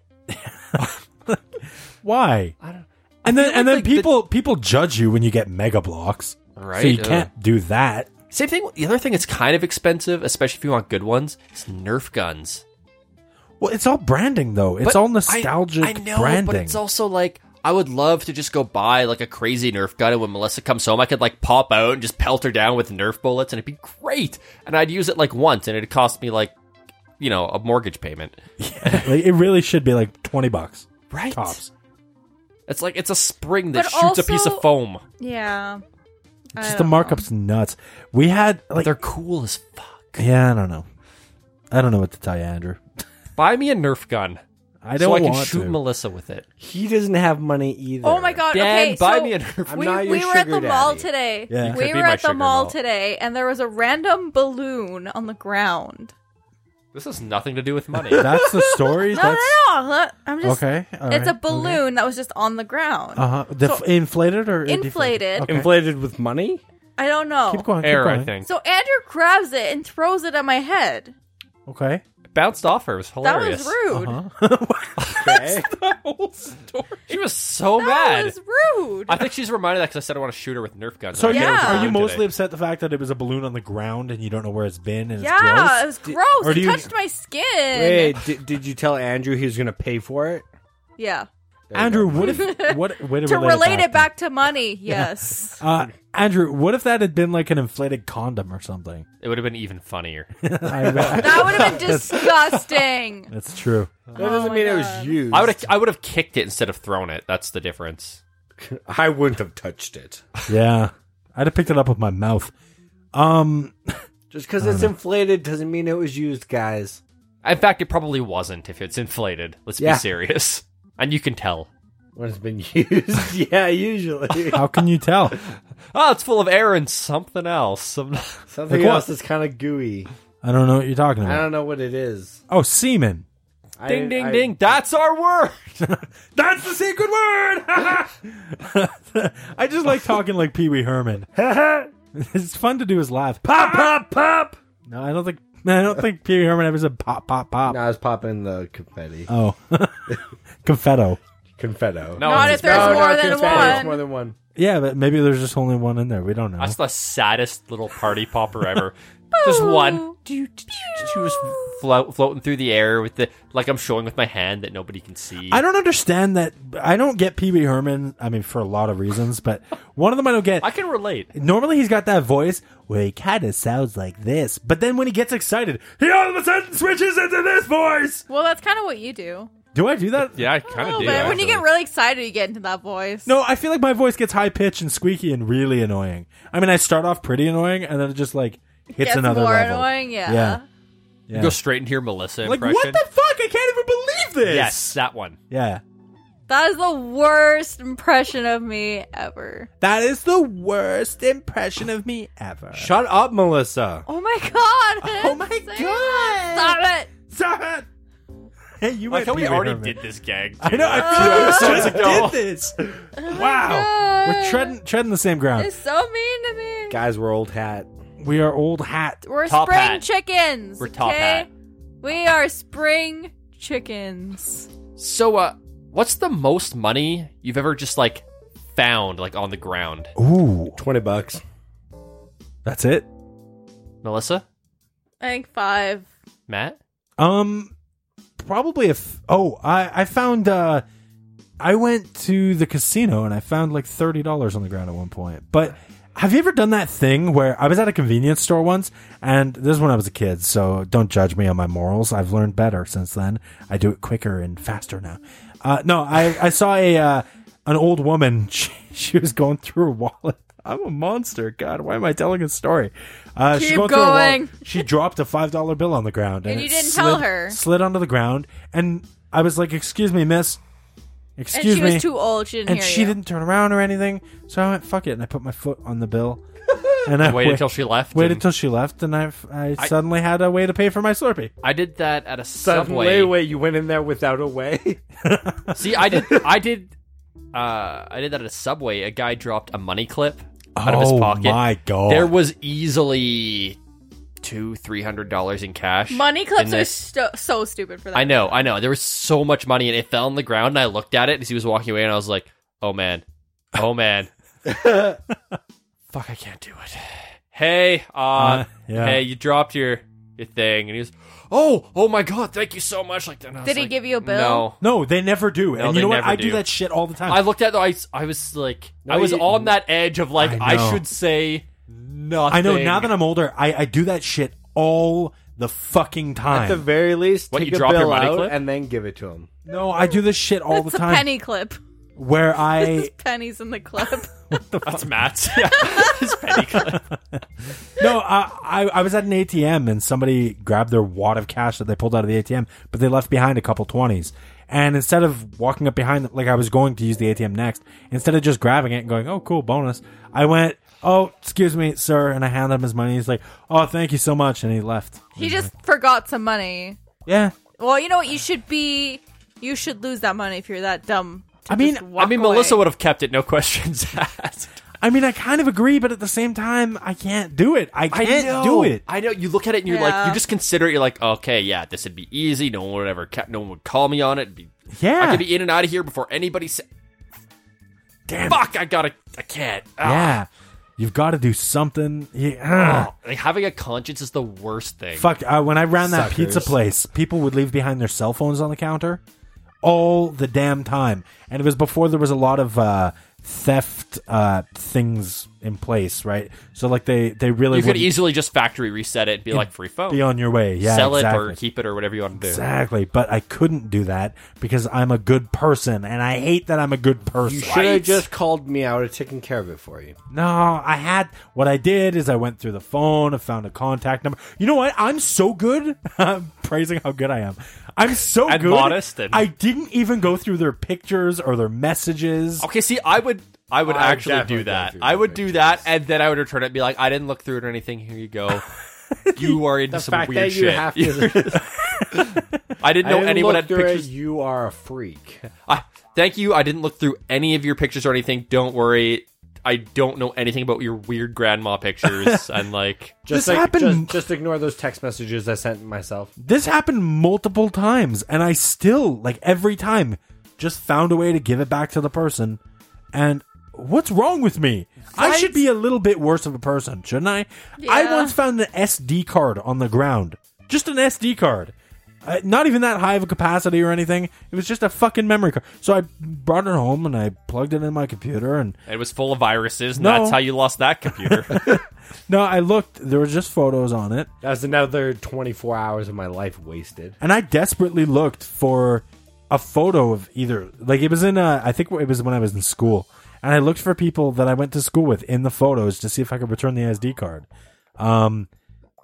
Speaker 1: Why?
Speaker 4: I don't
Speaker 1: And then
Speaker 4: feel
Speaker 1: and then
Speaker 4: like the-
Speaker 1: people people judge you when you get mega blocks.
Speaker 4: Right,
Speaker 1: So you
Speaker 4: uh.
Speaker 1: can't do that.
Speaker 4: Same thing. The other thing that's kind of expensive, especially if you want good ones, is Nerf guns.
Speaker 1: Well, it's all branding though. It's
Speaker 4: But
Speaker 1: all
Speaker 4: I-
Speaker 1: nostalgic
Speaker 4: I, know,
Speaker 1: branding.
Speaker 4: but it's also like I would love to just go buy like a crazy Nerf gun, and when Melissa comes home, I could like pop out and just pelt her down with Nerf bullets, and it'd be great. And I'd use it like once, and it'd cost me like you know a mortgage payment,
Speaker 1: like, it really should be like twenty bucks
Speaker 4: right?
Speaker 1: tops.
Speaker 4: It's like it's a spring that
Speaker 5: But
Speaker 4: shoots a piece
Speaker 5: also-
Speaker 4: of foam.
Speaker 5: Yeah. I
Speaker 1: Just the
Speaker 5: don't
Speaker 1: markups nuts. We had like
Speaker 4: They're cool as fuck.
Speaker 1: yeah, I don't know. I don't know what to tell you, Andrew.
Speaker 4: Buy me a Nerf gun.
Speaker 1: I don't
Speaker 4: so I can
Speaker 1: want
Speaker 4: shoot
Speaker 1: to.
Speaker 4: Melissa with it.
Speaker 3: He doesn't have money either.
Speaker 5: know. Oh my god.
Speaker 4: Dan,
Speaker 5: okay,
Speaker 4: buy
Speaker 5: so
Speaker 4: me a Nerf gun.
Speaker 3: I'm
Speaker 5: we,
Speaker 3: not your
Speaker 5: we were at
Speaker 3: sugar
Speaker 5: the mall
Speaker 3: daddy.
Speaker 5: today.
Speaker 1: Yeah. You
Speaker 4: could
Speaker 5: We
Speaker 4: be
Speaker 5: were
Speaker 4: my
Speaker 5: at the
Speaker 4: sugar
Speaker 5: mall
Speaker 4: mall.
Speaker 5: today and there was a random balloon on the ground.
Speaker 4: This has nothing to do with money.
Speaker 1: That's the story.
Speaker 5: No,
Speaker 1: That's
Speaker 5: no, no. I'm just
Speaker 1: okay. all
Speaker 5: It's a
Speaker 1: right,
Speaker 5: balloon that was just on the ground.
Speaker 1: Okay. Uh huh. Def-
Speaker 5: So-
Speaker 1: inflated or or deflated?
Speaker 5: Inflated.
Speaker 1: Okay.
Speaker 3: Inflated with money?
Speaker 5: I don't know.
Speaker 1: Keep going. Keep
Speaker 4: Air, I
Speaker 1: going.
Speaker 4: think.
Speaker 5: So Andrew grabs it and throws it at my head.
Speaker 1: Okay.
Speaker 4: Bounced off her. It was hilarious.
Speaker 5: That was rude.
Speaker 1: Uh-huh.
Speaker 3: Okay.
Speaker 4: She was so
Speaker 5: That
Speaker 4: mad.
Speaker 5: was rude.
Speaker 4: I think she's reminded of that because I said I want to shoot her with Nerf guns.
Speaker 1: So are,
Speaker 4: I gave her
Speaker 5: Yeah.
Speaker 1: you,
Speaker 4: the
Speaker 1: are you
Speaker 4: balloon
Speaker 1: mostly
Speaker 4: today.
Speaker 1: upset the fact that it was a balloon on the ground and you don't know where it's been and it's gross?
Speaker 5: yeah, it was gross.
Speaker 1: or
Speaker 5: it
Speaker 1: do you-
Speaker 5: touched my skin.
Speaker 3: Wait, did, did you tell Andrew he was going to pay for it?
Speaker 5: Yeah.
Speaker 3: There you
Speaker 1: Andrew,
Speaker 3: go.
Speaker 1: what if what way to,
Speaker 5: To
Speaker 1: relate,
Speaker 5: relate
Speaker 1: back?
Speaker 5: it back to money, yes.
Speaker 1: Uh, Andrew, what if that had been like an inflated condom or something?
Speaker 4: It would have been even funnier.
Speaker 1: I bet.
Speaker 5: that would have been disgusting.
Speaker 1: That's true.
Speaker 3: That doesn't
Speaker 5: my
Speaker 3: mean it
Speaker 5: God.
Speaker 3: was used.
Speaker 4: I would have I would have kicked it instead of thrown it. That's the difference.
Speaker 3: I wouldn't have touched it.
Speaker 1: Yeah, I'd have picked it up with my mouth. Um,
Speaker 3: Just because it's inflated doesn't mean it was used, guys.
Speaker 4: In fact, it probably wasn't if it's inflated. Let's
Speaker 3: Yeah.
Speaker 4: be serious. And you can tell.
Speaker 3: When it's been used, yeah, usually.
Speaker 1: how can you tell?
Speaker 4: Oh, it's full of air and something else. Some-
Speaker 3: Something
Speaker 1: Like what?
Speaker 3: else is kind of gooey.
Speaker 1: I don't know what you're talking
Speaker 3: I
Speaker 1: about.
Speaker 3: don't know what it is.
Speaker 1: Oh, semen.
Speaker 3: I-
Speaker 4: ding, ding,
Speaker 3: I-
Speaker 4: ding. That's our word.
Speaker 1: That's the secret word. I just like talking like Pee Wee Herman. it's fun to do his laugh. Pop, pop, pop. No, I don't think. I don't think Pee Wee Herman ever said pop, pop, pop.
Speaker 3: No, I was popping the confetti.
Speaker 1: Oh, confetto.
Speaker 3: Confetto.
Speaker 4: No,
Speaker 5: Not
Speaker 4: it's
Speaker 5: if there's
Speaker 4: No, no,
Speaker 5: more
Speaker 3: confetti.
Speaker 5: than
Speaker 3: There's
Speaker 5: one.
Speaker 3: more than one.
Speaker 1: Yeah, but maybe there's just only one in there. We don't know.
Speaker 4: That's the saddest little party popper ever. Just one. She was float, floating through the air with the like I'm showing with my hand that nobody can see.
Speaker 1: I don't understand that. I don't get Pee Wee Herman. I mean, for a lot of reasons, but one of them I don't get.
Speaker 4: I can relate.
Speaker 1: Normally he's got that voice where he kind of sounds like this, but then when he gets excited, he all of a sudden switches into this voice.
Speaker 5: Well, that's kind of what you do.
Speaker 1: Do I do that?
Speaker 6: Yeah, I kind
Speaker 5: Oh,
Speaker 6: of
Speaker 5: but
Speaker 6: do.
Speaker 5: when
Speaker 6: actually.
Speaker 5: you get really excited, you get into that voice.
Speaker 1: No, I feel like my voice gets high pitched and squeaky and really annoying. I mean, I start off pretty annoying and then it just like hits
Speaker 5: Gets
Speaker 1: another
Speaker 5: more
Speaker 1: level.
Speaker 5: annoying. Yeah.
Speaker 1: Yeah.
Speaker 4: You go straight into your Melissa
Speaker 1: Like
Speaker 4: impression.
Speaker 1: what the fuck? I can't even believe this.
Speaker 4: yes, that one.
Speaker 1: Yeah.
Speaker 5: that is the worst impression of me ever.
Speaker 1: That is the worst impression of me ever.
Speaker 3: Shut up, Melissa.
Speaker 5: Oh my god!
Speaker 1: Oh my
Speaker 5: Say it.
Speaker 1: God.
Speaker 5: Stop it!
Speaker 1: Stop it. Hey, you went
Speaker 4: Like how we
Speaker 1: Pee Wee
Speaker 4: already
Speaker 1: Herman.
Speaker 4: did Oh, this gag.
Speaker 1: I know. I feel like we just did this. Wow. We're treading treading the same ground.
Speaker 5: It's so mean to me.
Speaker 3: Guys, we're old hat.
Speaker 1: We are old hat.
Speaker 5: We're
Speaker 4: Top
Speaker 5: spring
Speaker 4: hat.
Speaker 5: chickens.
Speaker 4: We're top
Speaker 5: okay?
Speaker 4: hat.
Speaker 5: We are spring chickens.
Speaker 4: So, uh, what's the most money you've ever just like found like on the ground,
Speaker 1: Ooh,
Speaker 3: 20 bucks.
Speaker 1: that's it.
Speaker 4: Melissa,
Speaker 5: I think five.
Speaker 4: Matt?
Speaker 1: Um, probably if. Oh, I I found. uh I went to the casino and I found like thirty dollars on the ground at one point. But have you ever done that thing where I was at a convenience store once, and this is when I was a kid, so don't judge me on my morals. I've learned better since then. I do it quicker and faster now. Uh, no, I I saw a uh, an old woman. She, she was going through a wallet. I'm a monster. God, why am I telling a story? Uh, she's
Speaker 5: Keep
Speaker 1: going. Through a wallet.
Speaker 5: going.
Speaker 1: She dropped a five dollar bill on the ground, and,
Speaker 5: And you
Speaker 1: it
Speaker 5: didn't
Speaker 1: slid,
Speaker 5: tell her.
Speaker 1: Slid onto the ground, and I was like, "Excuse me, miss.
Speaker 5: And
Speaker 1: Excuse
Speaker 5: she
Speaker 1: me."
Speaker 5: was too old. She didn't
Speaker 1: and
Speaker 5: hear
Speaker 1: she
Speaker 5: you.
Speaker 1: didn't turn around or anything, so I went, "Fuck it," and I put my foot on the bill, and I
Speaker 4: Waited
Speaker 1: wa-
Speaker 4: till she left.
Speaker 1: waited
Speaker 4: and
Speaker 1: till she left, and I've, I, suddenly had a way to pay for my Slurpee.
Speaker 4: I did that at a
Speaker 3: Suddenly,
Speaker 4: subway.
Speaker 3: wait, you went in there without a way?
Speaker 4: See, I did. I did. Uh, I did that at a subway. A guy dropped a money clip out of his
Speaker 1: Oh
Speaker 4: pocket.
Speaker 1: my God.
Speaker 4: There was easily two, three hundred dollars in cash.
Speaker 5: Money
Speaker 4: in
Speaker 5: clips are
Speaker 4: this.
Speaker 5: sto- so stupid for that.
Speaker 4: I know, I know. There was so much money, and it fell on the ground. And I looked at it as he was walking away, and I was like, "Oh man, oh man, fuck, I can't do it." Hey, uh,
Speaker 1: Uh, yeah.
Speaker 4: hey, you dropped your your thing, and he was, "Oh, oh my god, thank you so much." Like, and I was
Speaker 5: Did he
Speaker 4: like,
Speaker 5: give you a bill?
Speaker 4: No,
Speaker 1: No, they never do, and
Speaker 4: they
Speaker 1: you know what?
Speaker 4: never
Speaker 1: I do
Speaker 4: do.
Speaker 1: that shit all the time.
Speaker 4: I looked at. I s- I was like, I was
Speaker 3: you-
Speaker 4: on that edge of like,
Speaker 1: I
Speaker 4: I,
Speaker 1: know.
Speaker 4: should say nothing.
Speaker 1: I know now that I'm older, I, I do that shit all the fucking time.
Speaker 3: At the very least,
Speaker 4: What,
Speaker 3: take
Speaker 4: you
Speaker 3: a
Speaker 4: drop your
Speaker 3: bill
Speaker 4: money
Speaker 3: out
Speaker 4: clip?
Speaker 3: and then give it to him.
Speaker 1: no, I do this shit all
Speaker 5: It's
Speaker 1: the
Speaker 5: a
Speaker 1: time.
Speaker 5: penny clip.
Speaker 1: Where I
Speaker 5: There's pennies in the clip.
Speaker 4: that's Matt's. Yeah, his penny clip.
Speaker 1: No, I, I I was at an ATM and somebody grabbed their wad of cash that they pulled out of the ATM, but they left behind a couple twenties. And instead of walking up behind, like I was going to use the ATM next, instead of just grabbing it and going, "Oh, cool, bonus," I went, "Oh, excuse me, sir," and I handed him his money. He's like, "Oh, thank you so much," and he left.
Speaker 5: he just forgot some money.
Speaker 1: Yeah,
Speaker 5: Well, you know what? You should be. You should lose that money if you're that dumb. to
Speaker 1: I mean-
Speaker 5: just
Speaker 4: I
Speaker 5: walk
Speaker 4: mean,
Speaker 5: away.
Speaker 4: Melissa would have kept it, no questions asked.
Speaker 1: I mean, I kind of agree, but at the same time, I can't do it. I can't do it.
Speaker 4: I know. You look at it and you're
Speaker 5: Yeah.
Speaker 4: like, you just consider it. You're like, okay, yeah, this would be easy. No one would ever, ca- no one would call me on it. It'd Be, I
Speaker 1: Yeah,
Speaker 4: could be in and out of here before anybody. Sa-
Speaker 1: damn. it.
Speaker 4: Fuck, I gotta, I can't. Ah.
Speaker 1: Yeah, you've got to do something. Yeah.
Speaker 4: Oh, like, having a conscience is the worst thing.
Speaker 1: Fuck, uh, when I ran that
Speaker 3: Suckers.
Speaker 1: pizza place, people would leave behind their cell phones on the counter all the damn time. And it was before there was a lot of uh, theft uh, things in place, right? So, like, they, they really
Speaker 4: you could
Speaker 1: would
Speaker 4: easily just factory reset it and be like, free phone,
Speaker 1: be on your way. Yeah,
Speaker 4: sell
Speaker 1: exactly.
Speaker 4: it or keep it or whatever you want to do.
Speaker 1: Exactly. But I couldn't do that because I'm a good person and I hate that I'm a good person.
Speaker 3: You should have just called me. I would have taken care of it for you.
Speaker 1: No, I had what I did is I went through the phone, I found a contact number. You know what? I'm so good. I'm praising how good I am. I'm so
Speaker 4: And
Speaker 1: good.
Speaker 4: modest and-
Speaker 1: I didn't even go through their pictures or their messages.
Speaker 4: Okay, see, I would, I would
Speaker 3: I would
Speaker 4: actually
Speaker 3: definitely
Speaker 4: do
Speaker 3: go
Speaker 4: that.
Speaker 3: through
Speaker 4: I
Speaker 3: the
Speaker 4: would do that, and then I would return it, and be like, I didn't look through it or anything. Here you go. You are into
Speaker 3: The
Speaker 4: some
Speaker 3: fact
Speaker 4: weird
Speaker 3: that
Speaker 4: shit.
Speaker 3: you have to.
Speaker 4: I didn't
Speaker 3: I
Speaker 4: know
Speaker 3: didn't
Speaker 4: anyone
Speaker 3: look
Speaker 4: had
Speaker 3: through it,
Speaker 4: pictures.
Speaker 3: You are a freak.
Speaker 4: I, thank you. I didn't look through any of your pictures or anything. Don't worry. I don't know anything about your weird grandma pictures. and like,
Speaker 3: Just
Speaker 1: This
Speaker 3: like,
Speaker 1: happened-
Speaker 3: Just, just ignore those text messages I sent myself.
Speaker 1: This happened multiple times and I still like every time just found a way to give it back to the person. And what's wrong with me? I
Speaker 4: Right?
Speaker 1: should be a little bit worse of a person, shouldn't I? I
Speaker 5: Yeah.
Speaker 1: once found an SD card on the ground. Just an SD card. Uh, not even that high of a capacity or anything. It was just a fucking memory card. So I brought it home and I plugged it in my computer and
Speaker 4: It was full of viruses, and
Speaker 1: No.
Speaker 4: that's how you lost that computer.
Speaker 1: no, I looked, there was just photos on it.
Speaker 3: That was another 24 hours of my life wasted.
Speaker 1: and I desperately looked for a photo of either like it was in uh, I think it was when I was in school, and I looked for people that I went to school with in the photos to see if I could return the SD card. Um,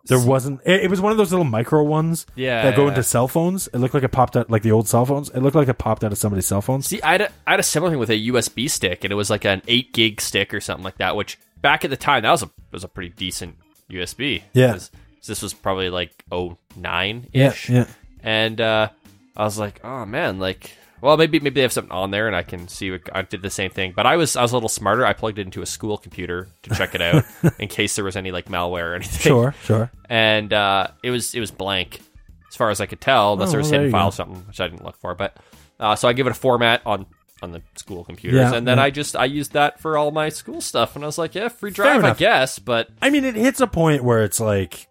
Speaker 1: there wasn't. It, it was one of those little micro ones,
Speaker 4: Yeah,
Speaker 1: that go
Speaker 4: yeah.
Speaker 1: into cell phones. It looked like it popped out like the old cell phones. It looked like it popped out of somebody's cell phone.
Speaker 4: See, I had, a, I had a similar thing with a USB stick, and it was like an eight gig stick or something like that. Which back at the time, that was a was a pretty decent USB.
Speaker 1: Yeah.
Speaker 4: 'Cause this was probably like 09
Speaker 1: yeah,
Speaker 4: ish.
Speaker 1: yeah.
Speaker 4: And uh, I was like, oh man, like, well, maybe maybe they have something on there, and I can see. What, I did the same thing, but I was I was a little smarter. I plugged it into a school computer to check it out in case there was any like malware or anything
Speaker 1: Sure, sure.
Speaker 4: and uh, it was it was blank as far as I could tell, unless
Speaker 1: Oh,
Speaker 4: there was
Speaker 1: well, there
Speaker 4: hidden
Speaker 1: you
Speaker 4: file
Speaker 1: go.
Speaker 4: or something, which I didn't look for. But uh, so I give it a format on on the school computers,
Speaker 1: Yeah,
Speaker 4: and then
Speaker 1: yeah.
Speaker 4: I just I used that for all my school stuff, and I was like, yeah, free drive, I
Speaker 1: enough.
Speaker 4: guess. But
Speaker 1: I mean, it hits a point where it's like,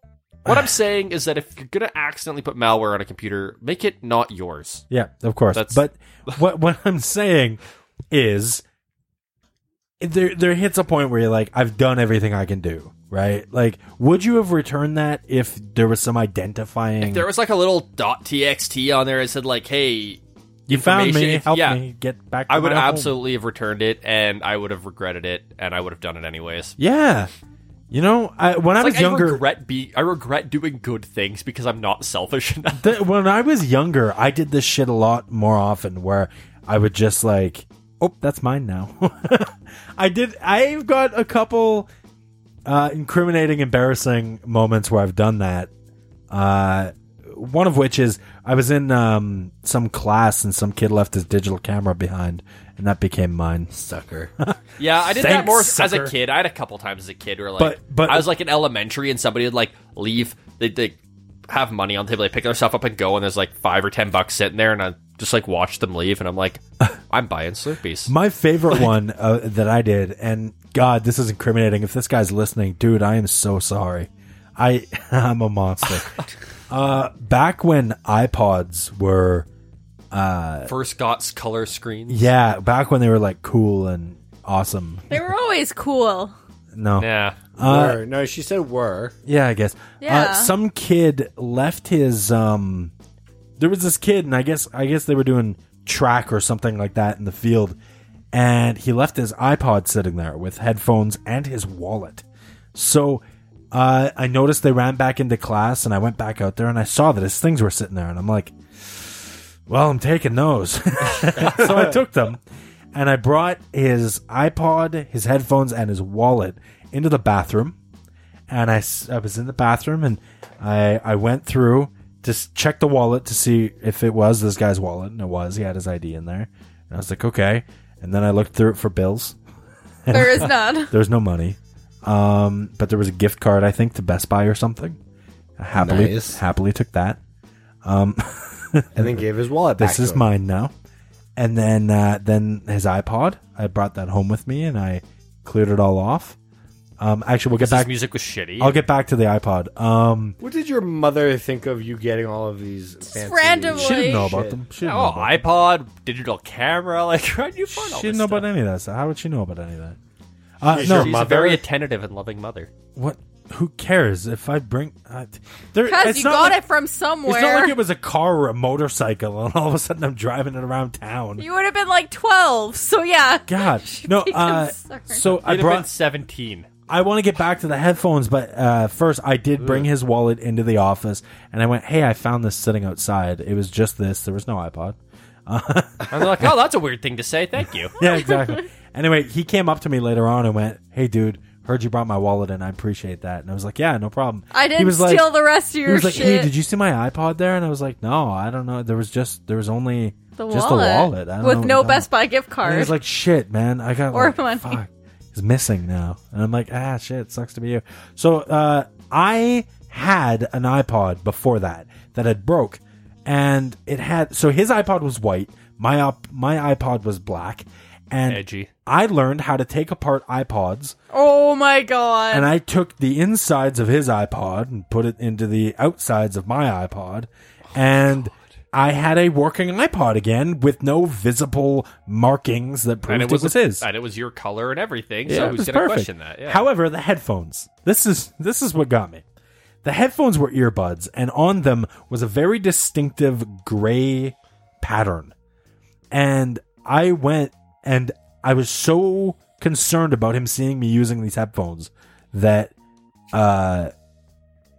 Speaker 4: what I'm saying is that if you're gonna accidentally put malware on a computer, make it not yours.
Speaker 1: Yeah, of course.
Speaker 4: That's-
Speaker 1: But what what I'm saying is there there hits a point where you're like, I've done everything I can do, right? Like, would you have returned that if there was some identifying
Speaker 4: There was like a little .txt on there that said like, hey,
Speaker 1: you found me,
Speaker 4: information-
Speaker 1: help
Speaker 4: yeah.
Speaker 1: me get back to
Speaker 4: I would
Speaker 1: my home.
Speaker 4: absolutely have returned it, and I would have regretted it, and I would have done it anyways.
Speaker 1: Yeah. You know, I, when I was
Speaker 4: Like, I
Speaker 1: younger
Speaker 4: regret be I regret doing good things because I'm not selfish enough.
Speaker 1: th- when I was younger, I did this shit a lot more often where I would just like, oh, that's mine now. I did. I've got a couple uh, incriminating, embarrassing moments where I've done that. Uh, one of which is I was in um, some class and some kid left his digital camera behind, and that became mine.
Speaker 3: Sucker.
Speaker 4: Yeah, I did that
Speaker 1: Thanks,
Speaker 4: more as
Speaker 1: sucker.
Speaker 4: a kid. I had a couple times as a kid where like
Speaker 1: But- but-
Speaker 4: I was like in elementary and somebody would like leave they they have money on the table, they pick their stuff up and go and there's like five or ten bucks sitting there and I just like watch them leave and I'm like, I'm buying Slurpees.
Speaker 1: My favorite one uh, that I did, and God, this is incriminating. If this guy's listening, dude, I am so sorry. I I'm a monster. uh, back when iPods were,
Speaker 4: First got color screens.
Speaker 1: yeah, back when they were like cool and awesome.
Speaker 5: They were always cool.
Speaker 1: No,
Speaker 4: Yeah.
Speaker 3: were. No, she said were.
Speaker 1: Yeah, I guess. Uh,
Speaker 5: Yeah.
Speaker 1: some kid left his um there was this kid and I guess I guess they were doing track or something like that in the field and he left his iPod sitting there with headphones and his wallet. So uh, I noticed they ran back into class and I went back out there and I saw that his things were sitting there and I'm like well, I'm taking those. so I took them and I brought his iPod, his headphones, and his wallet into the bathroom and I, s- I was in the bathroom and I I went through to s- check the wallet to see if it was this guy's wallet and it was he had his ID in there and I was like okay and then I looked through it for bills
Speaker 5: There is none.
Speaker 1: there was no money um but there was a gift card I think to Best Buy or something I happily
Speaker 3: Nice.
Speaker 1: happily took that
Speaker 3: And then gave his wallet back.
Speaker 1: this
Speaker 3: to
Speaker 1: is
Speaker 3: him.
Speaker 1: mine now and then uh, then his iPod I brought that home with me and I cleared it all off um actually we'll get
Speaker 4: This
Speaker 1: back
Speaker 4: music was shitty.
Speaker 1: I'll get back to the iPod um
Speaker 3: What did your mother think of you getting all of these fancy
Speaker 5: randomly.
Speaker 1: she didn't know
Speaker 5: Holy
Speaker 1: about
Speaker 3: shit.
Speaker 1: them she didn't know
Speaker 4: Oh,
Speaker 1: about them.
Speaker 4: iPod, digital camera, like how'd you find all
Speaker 1: She
Speaker 4: this
Speaker 1: didn't know
Speaker 4: stuff?
Speaker 1: about any of that. So how would she know about any of that? Uh,
Speaker 3: She's
Speaker 1: no,
Speaker 3: your
Speaker 4: She's
Speaker 3: mother.
Speaker 4: a very attentive and loving mother.
Speaker 1: what? Who cares if I bring? Uh, there,
Speaker 5: Because
Speaker 1: it's
Speaker 5: you
Speaker 1: not
Speaker 5: got
Speaker 1: like-
Speaker 5: it from
Speaker 1: It's not
Speaker 5: somewhere.
Speaker 1: like it was a car or a motorcycle, and all of a sudden I'm driving it around town.
Speaker 5: you would have been like 12, so yeah.
Speaker 1: God, no.
Speaker 5: became
Speaker 1: Uh,
Speaker 5: a sucker.
Speaker 1: so I
Speaker 4: You'd have been
Speaker 1: brought.
Speaker 4: seventeen.
Speaker 1: I want to get back to the headphones, but uh, first I did bring his wallet into the office, and I went, "Hey, I found this sitting outside. It was just this. There was no iPod."
Speaker 4: And they're like, Oh, that's a weird thing to say, thank you.
Speaker 1: yeah, exactly. Anyway, he came up to me later on and went, "Hey, dude, heard you brought my wallet, and I appreciate that." And I was like, "Yeah, no problem."
Speaker 5: I
Speaker 1: He
Speaker 5: didn't
Speaker 1: was
Speaker 5: steal
Speaker 1: like-
Speaker 5: the rest of
Speaker 1: He
Speaker 5: your
Speaker 1: was like,
Speaker 5: shit.
Speaker 1: "Hey, did you see my iPod there?" And I was like, "No, I don't know. There was just there was only
Speaker 5: the
Speaker 1: just
Speaker 5: wallet.
Speaker 1: a wallet I don't
Speaker 5: with
Speaker 1: know
Speaker 5: no
Speaker 1: what
Speaker 5: Best
Speaker 1: happened."
Speaker 5: Buy gift
Speaker 1: And he
Speaker 5: card.
Speaker 1: was like, "Shit, man, I got
Speaker 5: Or
Speaker 1: like,
Speaker 5: money.
Speaker 1: fuck, it's missing now." And I'm like, "Ah, shit, sucks to be you." So uh, I had an iPod before that that had broke, and it had so his iPod was white, my op- my iPod was black, and
Speaker 6: Edgy.
Speaker 1: I learned how to take apart iPods
Speaker 5: Oh my god.
Speaker 1: and I took the insides of his iPod and put it into the outsides of my iPod, and I had a working iPod again with no visible markings that proved
Speaker 6: And it was,
Speaker 1: his.
Speaker 6: And it was your color and everything.
Speaker 1: Yeah,
Speaker 6: so
Speaker 1: it
Speaker 6: who's
Speaker 1: was
Speaker 6: going to
Speaker 1: perfect.
Speaker 6: question that? Yeah.
Speaker 1: However, the headphones. This is this is what got me. The headphones were earbuds, and on them was a very distinctive gray pattern. And I went and I was so concerned about him seeing me using these headphones that uh,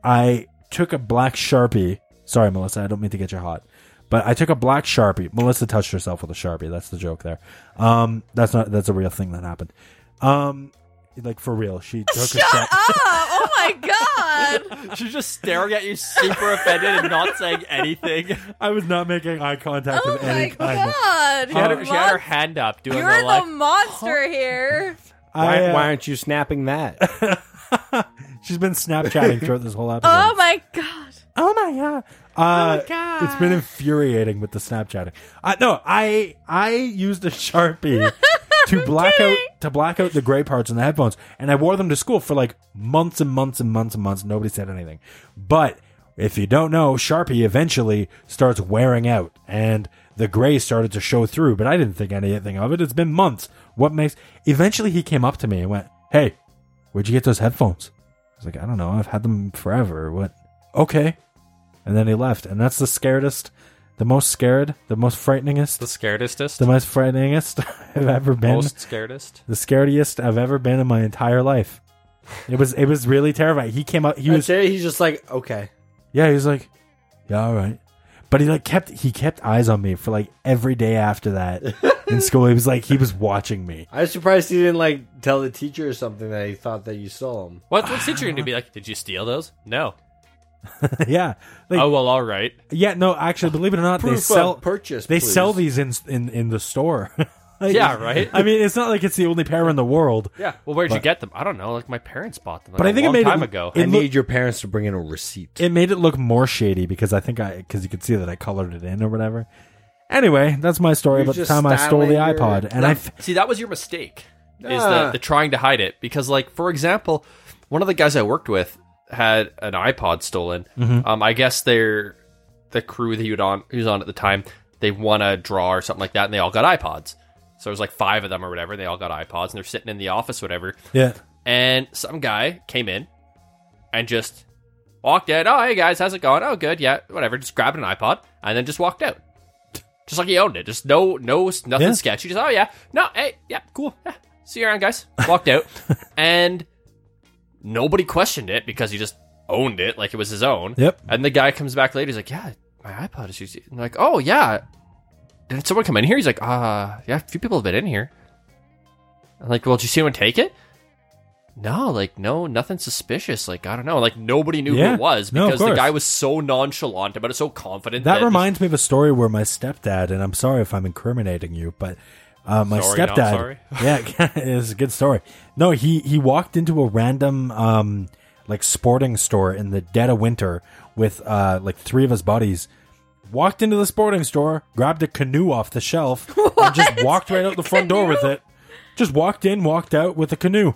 Speaker 1: I took a black sharpie. Sorry, Melissa, I don't mean to get you hot, but I took a black sharpie. Melissa touched herself with a sharpie. That's the joke there. Um, that's not that's a real thing that happened. Um, like for real, she took a
Speaker 5: Shut
Speaker 1: sharpie.
Speaker 5: up! Oh my god.
Speaker 4: She's just staring at you, super offended and not saying anything.
Speaker 1: I was not making eye contact
Speaker 5: Oh
Speaker 1: with
Speaker 5: my
Speaker 1: any kind.
Speaker 5: god.
Speaker 6: She had, her,
Speaker 5: You're
Speaker 6: she had her
Speaker 5: mon-
Speaker 6: hand up doing
Speaker 5: You're
Speaker 6: the
Speaker 5: the
Speaker 6: like.
Speaker 5: monster here.
Speaker 3: Why,
Speaker 1: I, uh,
Speaker 3: why aren't you snapping that?
Speaker 1: she's been Snapchatting throughout this whole episode.
Speaker 5: Oh my god.
Speaker 1: Oh my god! Uh, It's been infuriating with the Snapchatting. Uh, no, I I used a sharpie to black out to black out the gray parts in the headphones, and I wore them to school for like months and months and months and months. Nobody said anything, but if you don't know, sharpie eventually starts wearing out, and the gray started to show through. But I didn't think anything of it. It's been months. What makes? Eventually, he came up to me and went, "Hey, where'd you get those headphones?" I was like, "I don't know. I've had them forever. What?" Okay, and then he left. And that's the scaredest, the most scared, the most
Speaker 6: The
Speaker 1: frighteningest,
Speaker 6: scaredestest?
Speaker 1: the most frighteningest I've ever been.
Speaker 6: most scaredest?
Speaker 1: The scariest I've ever been in my entire life. It was it was really terrifying. He came up. He was
Speaker 3: he's just like, okay.
Speaker 1: yeah. He was like, yeah, all right. But he like kept he kept eyes on me for like every day after that in school. He was like he was watching me.
Speaker 3: I was surprised he didn't like tell the teacher or something that he thought that you stole him.
Speaker 6: What, what's teacher going to be like? Did you steal those? No.
Speaker 1: yeah. Like,
Speaker 6: Oh, well, all right.
Speaker 1: yeah. No, actually, believe it or not, they
Speaker 3: Proof
Speaker 1: sell
Speaker 3: of purchase.
Speaker 1: they
Speaker 3: please.
Speaker 1: sell these in in in the store. Like,
Speaker 6: Yeah, right?
Speaker 1: I mean, it's not like it's the only pair in the world.
Speaker 6: Yeah. Well, where'd you
Speaker 1: But-
Speaker 6: get them? I don't know. Like, my parents bought them. Like,
Speaker 1: But I
Speaker 6: a
Speaker 1: think it
Speaker 6: long
Speaker 1: made it-
Speaker 6: time ago.
Speaker 1: it
Speaker 3: I
Speaker 1: look-
Speaker 3: need your parents to bring in a receipt.
Speaker 1: it made it look more shady because I think I because you could see that I colored it in or whatever. Anyway, that's my story
Speaker 3: You're
Speaker 1: about the
Speaker 3: just
Speaker 1: time I stole the
Speaker 3: styling your-
Speaker 1: iPod, and I f-
Speaker 4: See, that was your mistake. Is
Speaker 3: Ah.
Speaker 4: the, the trying to hide it because, like, for example, one of the guys I worked with had an iPod stolen.
Speaker 1: Mm-hmm.
Speaker 4: Um, I guess they're the crew that he would on he was on at the time. They won a draw or something like that, and they all got iPods. So there was like five of them or whatever. And they all got iPods, and they're sitting in the office, whatever.
Speaker 1: yeah,
Speaker 4: And some guy came in and just walked in. Oh, hey guys, how's it going? Oh, good, yeah, whatever. Just grabbed an iPod and then just walked out. Just like he owned it. Just no, no, nothing
Speaker 1: Yeah.
Speaker 4: sketchy. Just oh yeah, no, hey, yeah, cool. Yeah. See you around, guys. Walked out, and nobody questioned it because he just owned it like it was his own.
Speaker 1: Yep.
Speaker 4: And the guy comes back later. He's like, yeah, my iPod is used. And they're like, oh yeah, did someone come in here? He's like, uh, yeah, a few people have been in here. I'm like, well, did you see anyone take it? No, like, no, nothing suspicious. Like, I don't know. Like, nobody knew who
Speaker 1: Yeah.
Speaker 4: it was
Speaker 1: No, of
Speaker 4: because the
Speaker 1: course.
Speaker 4: guy was so nonchalant about it, so confident.
Speaker 1: that reminds me of a story where my stepdad, and I'm sorry if I'm incriminating you, but uh, my
Speaker 6: Sorry, not
Speaker 1: stepdad,
Speaker 6: sorry.
Speaker 1: yeah, it's a good story. No, he he walked into a random um like sporting store in the dead of winter with uh like three of his buddies. Walked into the sporting store, grabbed a canoe off the shelf, and just walked right out the front door with it. Just walked in, walked out with a canoe.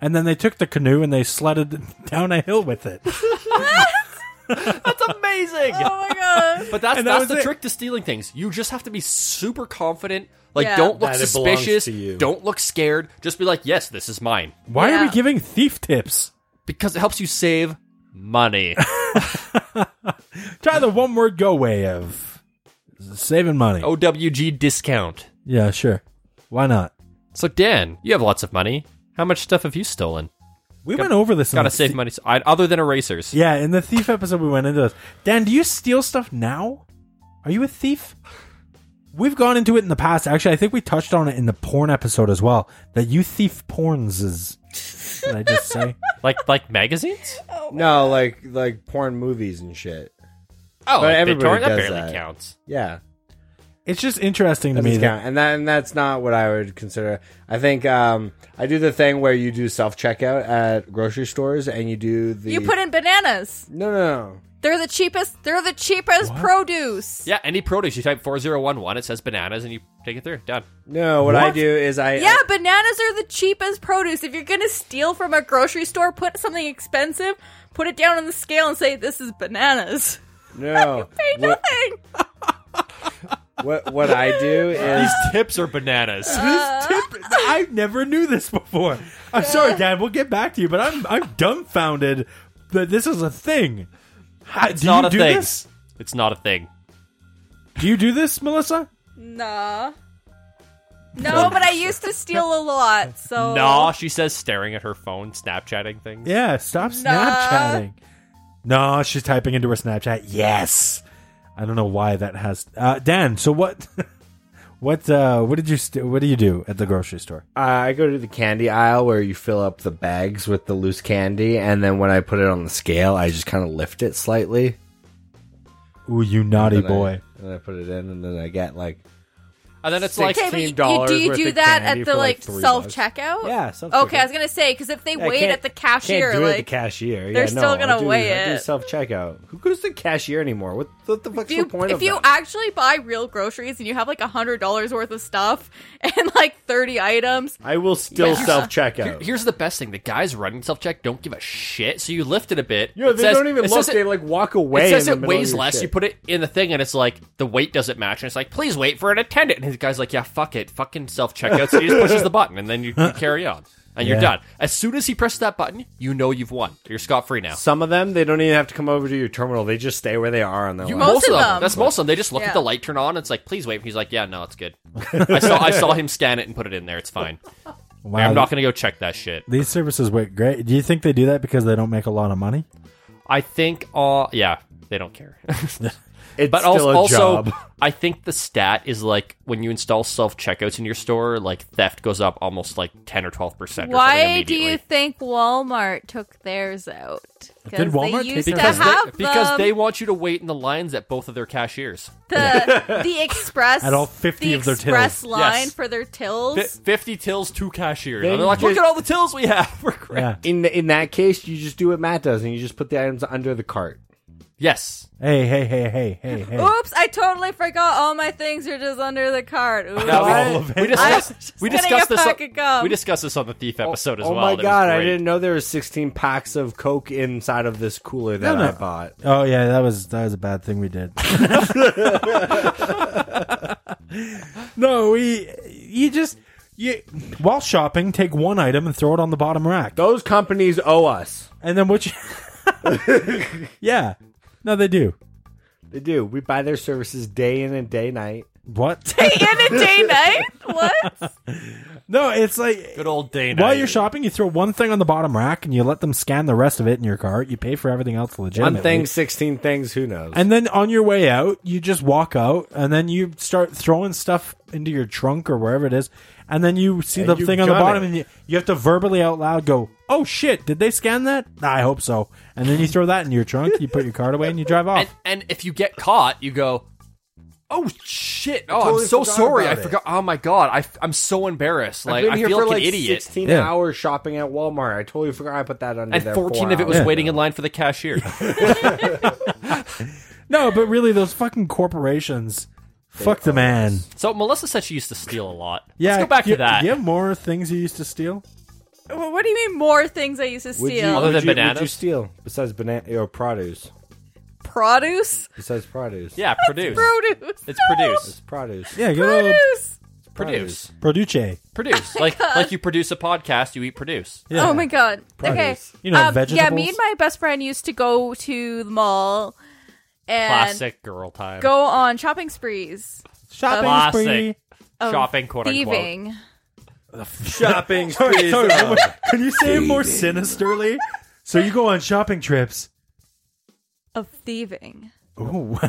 Speaker 1: And then they took the canoe and they sledded down a hill with it.
Speaker 4: That's amazing.
Speaker 5: Oh my god.
Speaker 4: But that's
Speaker 1: And that
Speaker 4: that's
Speaker 1: was
Speaker 4: the
Speaker 1: it.
Speaker 4: trick to stealing things. You just have to be super confident. Like,
Speaker 5: Yeah.
Speaker 4: don't look
Speaker 3: That it belongs
Speaker 4: suspicious.
Speaker 3: to you.
Speaker 4: Don't look scared. Just be like, yes, this is mine
Speaker 1: Why are we
Speaker 5: Yeah.
Speaker 1: giving thief tips?
Speaker 4: because it helps you save money.
Speaker 1: Try the one word go way of saving money.
Speaker 4: OWG discount.
Speaker 1: Yeah, sure. Why not?
Speaker 4: So Dan, you have lots of money. How much stuff have you stolen?
Speaker 1: We went over this. in
Speaker 4: Gotta
Speaker 1: the
Speaker 4: save
Speaker 1: thi-
Speaker 4: money. So- I, other than erasers.
Speaker 1: Hmm. Yeah, in the thief episode, we went into this. Dan, do you steal stuff now? Are you a thief? We've gone into it in the past. Actually, I think we touched on it in the porn episode as well. That you thief porns is. Did I just say?
Speaker 6: like, like magazines?
Speaker 1: Oh
Speaker 3: No, like like porn movies and shit.
Speaker 6: Oh,
Speaker 3: But
Speaker 6: like
Speaker 3: everybody
Speaker 6: BitTorrent?
Speaker 3: does
Speaker 6: that barely
Speaker 3: that.
Speaker 6: counts.
Speaker 3: Yeah.
Speaker 1: It's just interesting to
Speaker 3: That
Speaker 1: me.
Speaker 3: doesn't
Speaker 1: That,
Speaker 3: count. And that and that's not what I would consider. I think um I do the thing where you do self checkout at grocery stores and you do the
Speaker 5: You put in bananas.
Speaker 3: No no no.
Speaker 5: They're the cheapest. They're the cheapest produce.
Speaker 4: Yeah, any produce. You type 4011, it says bananas, and you
Speaker 6: Take it through. Done.
Speaker 3: No, what, I do is I
Speaker 5: yeah, bananas are the cheapest produce. If you're gonna steal from a grocery store, put something expensive, put it down on the scale, and say this is bananas.
Speaker 3: no.
Speaker 5: Pay
Speaker 3: what,
Speaker 5: nothing.
Speaker 3: what what I do is
Speaker 6: tips are bananas.
Speaker 1: This tip, I never knew this before. I'm sorry, Dad. We'll get back to you, but I'm I'm dumbfounded that this is a thing. How,
Speaker 6: It's
Speaker 1: do
Speaker 6: not
Speaker 1: you
Speaker 6: a
Speaker 1: do
Speaker 6: thing.
Speaker 1: this?
Speaker 6: It's not a thing.
Speaker 1: Do you do this, Melissa?
Speaker 5: Nah. No, but I used to steal a lot, so
Speaker 6: Nah, she says, staring at her phone, Snapchatting things.
Speaker 1: Yeah, stop Snapchatting. No, she's typing into her Snapchat. Yes. I don't know why that has uh, Dan, so what what uh what did you st- what do you do at the grocery store?
Speaker 3: Uh, I go to the candy aisle where you fill up the bags with the loose candy and then when I put it on the scale, I just kind of lift it slightly.
Speaker 1: Ooh, you naughty
Speaker 3: Then I-
Speaker 1: boy.
Speaker 3: and I put it in and then I get like
Speaker 6: And then it's like,
Speaker 3: Six.
Speaker 5: Okay, but you, you,
Speaker 3: $16
Speaker 5: do you
Speaker 3: worth
Speaker 5: do
Speaker 3: of
Speaker 5: that
Speaker 3: candy
Speaker 5: at the
Speaker 3: for, like,
Speaker 5: like
Speaker 3: three
Speaker 5: self
Speaker 3: bucks.
Speaker 5: checkout?
Speaker 3: Yeah, self-checkout.
Speaker 5: Okay, I was gonna say because if they
Speaker 3: Yeah, I
Speaker 5: wait
Speaker 3: can't-
Speaker 5: at the cashier,
Speaker 3: can't do it at the
Speaker 5: like
Speaker 3: cashier, yeah,
Speaker 5: they're still
Speaker 3: no,
Speaker 5: gonna
Speaker 3: I do,
Speaker 5: weigh
Speaker 3: I do
Speaker 5: it.
Speaker 3: self checkout. Who goes to cashier anymore? What, what the fuck's
Speaker 5: if you,
Speaker 3: the point
Speaker 5: if
Speaker 3: of
Speaker 5: you
Speaker 3: that?
Speaker 5: actually buy real groceries and you have like a hundred dollars worth of stuff and like thirty items,
Speaker 3: I will still
Speaker 4: Yeah.
Speaker 3: self
Speaker 4: Here-
Speaker 3: checkout.
Speaker 4: here's the best thing: the guys running self check don't give a shit. So you lift it a bit.
Speaker 3: Yo,
Speaker 4: It
Speaker 3: they
Speaker 4: says-
Speaker 3: don't even
Speaker 4: it
Speaker 3: look.
Speaker 4: says it-
Speaker 3: They like walk away.
Speaker 4: It says
Speaker 3: in the
Speaker 4: it
Speaker 3: middle of
Speaker 4: weighs
Speaker 3: your
Speaker 4: less.
Speaker 3: shit.
Speaker 4: You put it in the thing, and it's like the weight doesn't match. And it's like, please wait for an attendant. And his guy's like, yeah, fuck it, fucking self checkout. So he just pushes the button, and then you, you carry on, and you're
Speaker 1: Yeah.
Speaker 4: done. As soon as he presses that button, you know you've won. You're scot free now.
Speaker 3: Some of them they don't even have to come over to your terminal. They just stay where they are on their.
Speaker 4: You-
Speaker 3: You
Speaker 5: Most of them.
Speaker 4: That's most of them. They just look
Speaker 5: Yeah.
Speaker 4: at the light turn on. And it's like, please wait. He's like, yeah, no, it's good. I saw I saw him scan it and put it in there. It's fine.
Speaker 1: Wow.
Speaker 4: I'm not gonna go check that shit.
Speaker 1: these services work great. Do you think they do that because they don't make a lot of money?
Speaker 4: I think. Uh, yeah, they don't care.
Speaker 3: it's
Speaker 4: But
Speaker 3: still
Speaker 4: also,
Speaker 3: a
Speaker 4: also,
Speaker 3: job.
Speaker 4: I think the stat is like when you install self checkouts in your store, like theft goes up almost like ten or twelve percent.
Speaker 5: why do you think Walmart took theirs out?
Speaker 1: Did Walmart
Speaker 5: they
Speaker 1: take
Speaker 5: used to
Speaker 1: theirs
Speaker 4: because
Speaker 1: out?
Speaker 5: have
Speaker 4: they, because
Speaker 5: them.
Speaker 4: they want you to wait in the lines at both of their cashiers.
Speaker 5: the the express
Speaker 1: At all 50
Speaker 5: the
Speaker 1: of their tills.
Speaker 5: express line
Speaker 4: Yes.
Speaker 5: for their
Speaker 4: Fi
Speaker 5: tills.
Speaker 4: Fifty tills, two cashiers.
Speaker 3: They
Speaker 4: and they're like, look
Speaker 3: just-
Speaker 4: at all the tills we have. We're great.
Speaker 1: Yeah.
Speaker 3: in in that case, you just do what Matt does, and you just put the items under the cart.
Speaker 4: Yes,
Speaker 1: Hey, hey, hey, hey, hey, hey.
Speaker 5: Oops, I totally forgot all my things are just under the cart. Oops.
Speaker 4: That was-
Speaker 1: All of it.
Speaker 4: we discussed, we
Speaker 5: getting
Speaker 4: discussed
Speaker 5: a
Speaker 4: this.
Speaker 5: pack of gum.
Speaker 4: On, we discussed this on the thief episode as
Speaker 3: oh
Speaker 4: well.
Speaker 3: my
Speaker 4: That was
Speaker 3: god, I
Speaker 4: great.
Speaker 3: didn't know there was 16 packs of Coke inside of this cooler that
Speaker 1: No, no.
Speaker 3: I bought.
Speaker 1: Oh yeah, that was that was a bad thing we did. no, we you just you while shopping, take one item and throw it on the bottom rack,
Speaker 3: Those companies owe us.
Speaker 1: and then which? yeah, no, they do.
Speaker 3: They do. We buy their services day in and day night.
Speaker 1: What?
Speaker 5: in a day night? What?
Speaker 1: no, it's like
Speaker 6: Good old Dana.
Speaker 1: while you're shopping, you throw one thing on the bottom rack, and you let them scan the rest of it in your cart. You pay for everything else legitimately.
Speaker 3: One thing, 16 things, who knows?
Speaker 1: And then on your way out, you just walk out and then you start throwing stuff into your trunk or wherever it is. And then you see
Speaker 3: And
Speaker 1: the
Speaker 3: you
Speaker 1: thing on the
Speaker 3: gun
Speaker 1: bottom
Speaker 3: it.
Speaker 1: and you, you have to verbally out loud go, oh shit, did they scan that? I hope so. And then you throw that in your trunk, you put your card away and you drive
Speaker 4: And,
Speaker 1: off.
Speaker 4: and if you get caught, you go, "Oh shit! Oh,
Speaker 3: totally
Speaker 4: I'm so
Speaker 3: forgot
Speaker 4: sorry. I
Speaker 3: about it."
Speaker 4: forgot. Oh my god, I, am so embarrassed. Like
Speaker 3: I've been
Speaker 4: I
Speaker 3: here
Speaker 4: feel
Speaker 3: for
Speaker 4: like,
Speaker 3: like
Speaker 4: an idiot."
Speaker 3: 16
Speaker 1: Yeah.
Speaker 3: hours shopping at Walmart. I totally forgot I put that under
Speaker 4: and
Speaker 3: there.
Speaker 4: 14 of it was waiting in line for the cashier.
Speaker 1: no, but really, those fucking corporations, fuck the man.
Speaker 4: so Melissa said she used to steal a lot.
Speaker 1: Yeah,
Speaker 4: Let's go back
Speaker 1: you-
Speaker 4: to that.
Speaker 1: Do you have more things you used to steal?
Speaker 5: Well, what do you mean more things I used to
Speaker 3: Would you,
Speaker 5: steal?
Speaker 6: Other
Speaker 3: would
Speaker 6: than
Speaker 3: you- would you
Speaker 6: bananas?
Speaker 3: steal besides banana or produce?
Speaker 5: Produce?
Speaker 3: Besides produce.
Speaker 4: Yeah, produce.
Speaker 5: Produce.
Speaker 4: It's produce.
Speaker 3: It's produce.
Speaker 1: Yeah, good old
Speaker 5: Produce.
Speaker 4: Produce.
Speaker 1: Produce.
Speaker 4: Produce. Like like you produce a podcast, you eat produce.
Speaker 1: Yeah.
Speaker 5: Oh my god.
Speaker 1: Produce.
Speaker 5: Okay.
Speaker 1: You know,
Speaker 5: um, Yeah,
Speaker 1: vegetables.
Speaker 5: me and my best friend used to go to the mall and
Speaker 6: Classic girl time.
Speaker 5: go on shopping sprees.
Speaker 1: Shopping
Speaker 6: Classic.
Speaker 1: spree.
Speaker 5: of
Speaker 6: Shopping, quote unquote.
Speaker 5: thieving.
Speaker 3: Shopping.
Speaker 1: Sorry, sorry, one more- Can you say it more sinisterly? So you go on shopping trips.
Speaker 5: Of thieving.
Speaker 1: Ooh.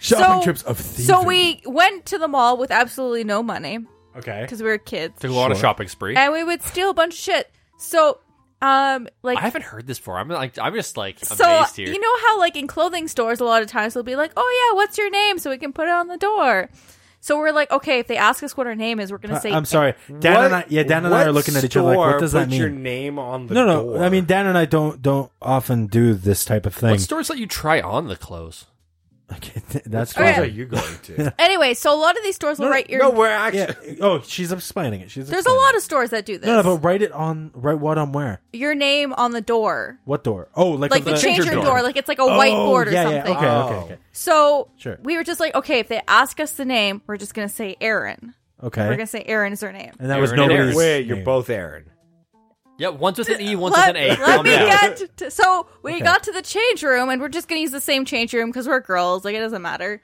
Speaker 1: Shopping
Speaker 5: So-
Speaker 1: trips of thieves.
Speaker 5: So we went to the mall with absolutely no money
Speaker 1: okay.
Speaker 5: because we were kids.
Speaker 6: To go on a shopping spree.
Speaker 5: and we would steal a bunch of shit. So, um, like,
Speaker 6: I haven't heard this before. I'm like, I'm just like amazed
Speaker 5: so
Speaker 6: here.
Speaker 5: you know how like in clothing stores, a lot of times they'll be like, "Oh yeah, what's your name?" So we can put it on the door. So we're like, okay, if they ask us what our name is, we're gonna say.
Speaker 1: Uh, I'm sorry. Dan and I, yeah, Dan and I are looking at each other like, what does that
Speaker 3: put your
Speaker 1: mean?
Speaker 3: name on the
Speaker 1: No, no.
Speaker 3: door?
Speaker 1: I mean, Dan and I don't don't often do this type of thing.
Speaker 4: What stores let you try on the clothes?
Speaker 1: Okay, th- that's
Speaker 5: Okay.
Speaker 1: fine.
Speaker 3: you going to?
Speaker 5: Anyway, so a lot of these stores will write your.
Speaker 3: no, we're actually.
Speaker 1: Yeah. Oh, she's explaining it. She's
Speaker 5: There's a lot of stores that do this.
Speaker 1: no, no, but write it on write what on where
Speaker 5: your name on the door,
Speaker 1: what door? Oh, like
Speaker 5: like
Speaker 1: on
Speaker 5: the, change your door. like it's like a
Speaker 1: Oh,
Speaker 5: whiteboard or
Speaker 1: yeah, Oh,
Speaker 5: something.
Speaker 1: Yeah, okay,
Speaker 3: Oh.
Speaker 1: okay, okay,
Speaker 5: So
Speaker 1: Sure.
Speaker 5: we were just like, okay, if they ask us the name, we're just gonna say Aaron.
Speaker 1: okay.
Speaker 5: We're gonna say Aaron is her name.
Speaker 1: and that was
Speaker 6: Aaron and
Speaker 1: nobody's.
Speaker 3: Wait, you're
Speaker 1: name.
Speaker 3: both Aaron.
Speaker 4: Yeah, one's with an E, one's
Speaker 5: let,
Speaker 4: with an A.
Speaker 5: let
Speaker 4: Calm
Speaker 5: me
Speaker 4: down.
Speaker 5: get to, so we
Speaker 1: Okay.
Speaker 5: got to the change room and we're just gonna use the same change room because we're girls like it doesn't matter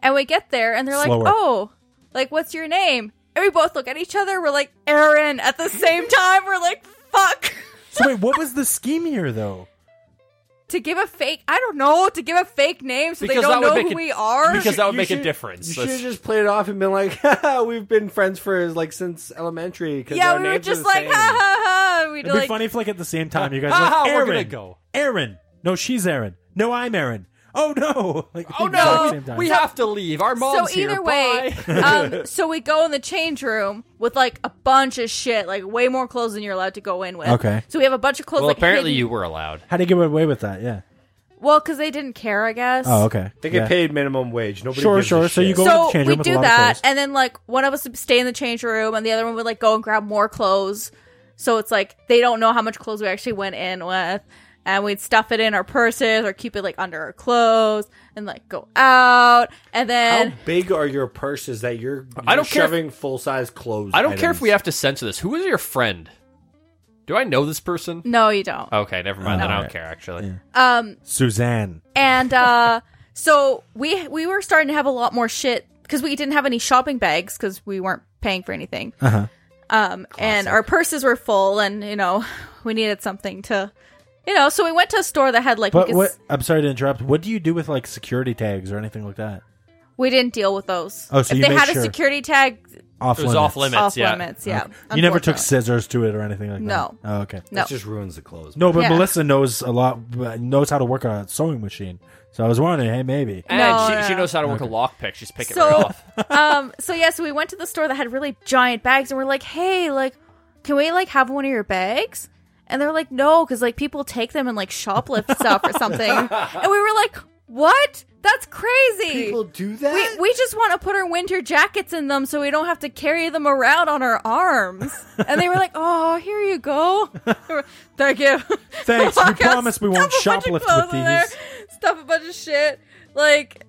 Speaker 5: and we get there and they're
Speaker 1: Slower.
Speaker 5: like oh like what's your name and we both look at each other we're like aaron at the same time we're like fuck
Speaker 1: So wait, what was the scheme here though?
Speaker 5: to give a fake i don't know to give a fake name so
Speaker 4: Because
Speaker 5: they
Speaker 4: that
Speaker 5: don't
Speaker 4: would
Speaker 5: know
Speaker 4: make
Speaker 5: who
Speaker 4: it-
Speaker 5: we are
Speaker 4: Because that would
Speaker 3: You
Speaker 4: make a
Speaker 3: should-
Speaker 4: difference.
Speaker 3: You
Speaker 4: That's-
Speaker 3: should have just played it off and been like, "We've been friends for like since elementary." 'cause
Speaker 5: yeah
Speaker 3: our
Speaker 5: we were
Speaker 3: names are
Speaker 5: just
Speaker 3: the
Speaker 5: like
Speaker 3: same."
Speaker 5: ha ha ha and we'd
Speaker 1: It'd be
Speaker 5: like
Speaker 1: funny if, like, at the same time, you guys
Speaker 6: Uh, Ha,
Speaker 1: were like,
Speaker 6: ha, we're
Speaker 1: Aaron,
Speaker 6: gonna go."
Speaker 1: Aaron. No, she's Aaron. No, I'm Aaron. Oh no! Like,
Speaker 6: Oh
Speaker 1: exact same
Speaker 6: no,
Speaker 1: time.
Speaker 6: we have to leave. Our
Speaker 5: so
Speaker 6: mom's here.
Speaker 5: either way,
Speaker 6: Bye.
Speaker 5: um, so we go in the change room with like a bunch of shit, like way more clothes than you're allowed to go in with.
Speaker 1: Okay.
Speaker 5: So we have a bunch of clothes.
Speaker 4: well,
Speaker 5: like,
Speaker 4: apparently
Speaker 5: hidden-
Speaker 4: you were allowed.
Speaker 1: How do you get away with that? Yeah.
Speaker 5: Well, because they didn't care, I guess.
Speaker 1: Oh, okay.
Speaker 3: They get
Speaker 1: Yeah.
Speaker 3: paid minimum wage. Nobody
Speaker 1: Sure,
Speaker 3: gives a
Speaker 1: sure, so you
Speaker 3: shit.
Speaker 1: go- into the
Speaker 5: So
Speaker 1: change
Speaker 5: we
Speaker 1: room with a
Speaker 5: do
Speaker 1: lot of
Speaker 5: that,
Speaker 1: clothes.
Speaker 5: and then like one of us would stay in the change room, and the other one would like go and grab more clothes. So it's like they don't know how much clothes we actually went in with, and we'd stuff it in our purses or keep it like under our clothes, and like go out, and
Speaker 3: How
Speaker 5: then
Speaker 3: big are your purses that you're?
Speaker 4: I don't
Speaker 3: you're
Speaker 4: care if-
Speaker 3: shoving full size clothes.
Speaker 4: I don't care if
Speaker 3: items?
Speaker 4: we have to censor this. Who is your friend? Do I know this person?
Speaker 5: no, you don't.
Speaker 4: Okay, never mind. then I don't
Speaker 1: Alright.
Speaker 4: care. Actually,
Speaker 5: Um,
Speaker 1: Suzanne.
Speaker 5: and uh so we we were starting to have a lot more shit because we didn't have any shopping bags because we weren't paying for anything
Speaker 1: Uh-huh.
Speaker 5: um and our purses were full and you know we needed something to you know so we went to a store that had like we,
Speaker 1: But
Speaker 5: could
Speaker 1: what?
Speaker 5: s-
Speaker 1: I'm sorry to interrupt. What do you do with like security tags or anything like that?
Speaker 5: we didn't deal with those
Speaker 1: Oh, so
Speaker 5: if
Speaker 1: you
Speaker 5: they
Speaker 1: made
Speaker 5: had
Speaker 1: sure.
Speaker 5: a security tag
Speaker 1: Off
Speaker 4: it was off limits.
Speaker 5: off
Speaker 4: yeah.
Speaker 5: limits yeah
Speaker 1: You never took
Speaker 5: unfortunately.
Speaker 1: scissors to it or anything like
Speaker 5: No.
Speaker 1: that. No. Oh, okay.
Speaker 5: no
Speaker 3: That just ruins the clothes.
Speaker 1: No, but
Speaker 5: Yeah.
Speaker 1: Melissa knows a lot. Knows how to work a sewing machine. So I was wondering, hey, maybe.
Speaker 4: And
Speaker 5: No,
Speaker 4: she,
Speaker 5: no,
Speaker 4: she
Speaker 5: no.
Speaker 4: knows how to work a lockpick. She's picking
Speaker 5: So-
Speaker 4: it right off.
Speaker 5: um so yeah so we went to the store that had really giant bags and we're like hey like can we like have one of your bags and they're like no because like people take them and like shoplift stuff or something and we were like what that's crazy
Speaker 3: people do that.
Speaker 5: we, we just want to put our winter jackets in them so we don't have to carry them around on our arms. And they were like, oh, here you go. Thank you.
Speaker 1: Thanks.
Speaker 5: Fuck
Speaker 1: You
Speaker 5: us.
Speaker 1: promised we won't
Speaker 5: Stuff a bunch of
Speaker 1: shoplift
Speaker 5: clothes
Speaker 1: with
Speaker 5: in there.
Speaker 1: these.
Speaker 5: Stuff a bunch of shit. Like,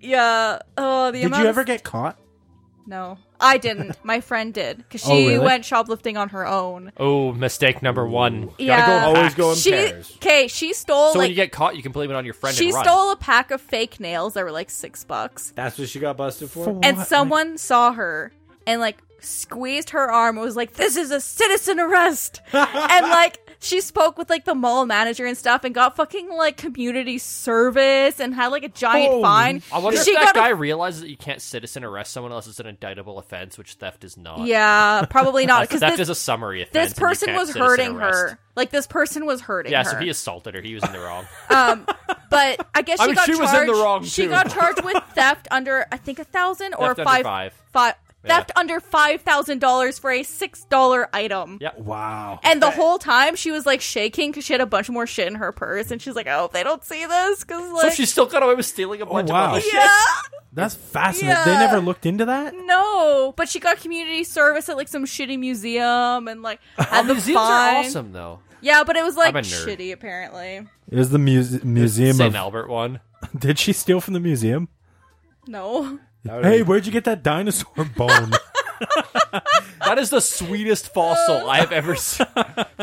Speaker 5: yeah. Oh, the
Speaker 1: Did
Speaker 5: amount
Speaker 1: you
Speaker 5: of-
Speaker 1: ever get caught?
Speaker 5: No, I didn't. My friend did because she
Speaker 1: Oh, really?
Speaker 5: went shoplifting on her own.
Speaker 4: Oh, mistake number one.
Speaker 5: Yeah.
Speaker 4: Gotta go in
Speaker 3: Always
Speaker 4: packs.
Speaker 3: go in
Speaker 5: She
Speaker 3: pairs.
Speaker 5: okay. She stole
Speaker 4: So when
Speaker 5: like
Speaker 4: you get caught, you can blame it on your friend.
Speaker 5: she
Speaker 4: and run.
Speaker 5: stole a pack of fake nails that were like six bucks.
Speaker 3: That's what she got busted for.
Speaker 1: For
Speaker 5: and
Speaker 1: what?
Speaker 5: someone saw her and like squeezed her arm and was like this is a citizen arrest and like she spoke with like the mall manager and stuff and got fucking like community service and had like a giant
Speaker 1: Holy
Speaker 5: fine
Speaker 4: I wonder
Speaker 5: she
Speaker 4: if that
Speaker 5: got
Speaker 4: guy
Speaker 5: a-
Speaker 4: realizes that you can't citizen arrest someone unless it's an indictable offense, which theft is not.
Speaker 5: yeah probably not because
Speaker 4: theft
Speaker 5: this,
Speaker 4: is a summary offense.
Speaker 5: this
Speaker 4: and you
Speaker 5: person
Speaker 4: can't
Speaker 5: was
Speaker 4: citizen
Speaker 5: hurting
Speaker 4: arrest.
Speaker 5: her like this person was hurting
Speaker 4: Yeah,
Speaker 5: her
Speaker 4: so he assaulted her. He was in the wrong.
Speaker 5: um but i guess she
Speaker 4: I mean,
Speaker 5: got
Speaker 4: she was
Speaker 5: charged
Speaker 4: in the wrong,
Speaker 5: she
Speaker 4: too.
Speaker 5: got charged with theft under i think a thousand or
Speaker 4: Theft under
Speaker 5: five
Speaker 4: five.
Speaker 5: fi- theft under five thousand dollars for a six dollar item
Speaker 4: Yeah.
Speaker 1: Wow.
Speaker 5: And the whole time she was like shaking because she had a bunch more shit in her purse, and she's like, "I hope they don't see this," because
Speaker 4: so
Speaker 5: like,
Speaker 4: she still got away with stealing a bunch
Speaker 1: Oh, wow.
Speaker 4: of other shit.
Speaker 5: yeah,
Speaker 1: That's fascinating. They
Speaker 5: Yeah.
Speaker 1: never looked into that.
Speaker 5: no. But she got community service at like some shitty museum, and like had the
Speaker 4: Museums
Speaker 5: fine.
Speaker 4: are awesome, though.
Speaker 5: Yeah, but it was like
Speaker 4: I'm a nerd.
Speaker 5: shitty apparently.
Speaker 1: It was the muse- museum
Speaker 4: St.
Speaker 1: of.
Speaker 4: Albert one.
Speaker 1: Did she steal from the museum?
Speaker 5: No,
Speaker 3: That
Speaker 1: Hey,
Speaker 3: would
Speaker 1: where'd you get that dinosaur bone?
Speaker 4: That is the sweetest
Speaker 5: Uh.
Speaker 4: fossil I have ever seen.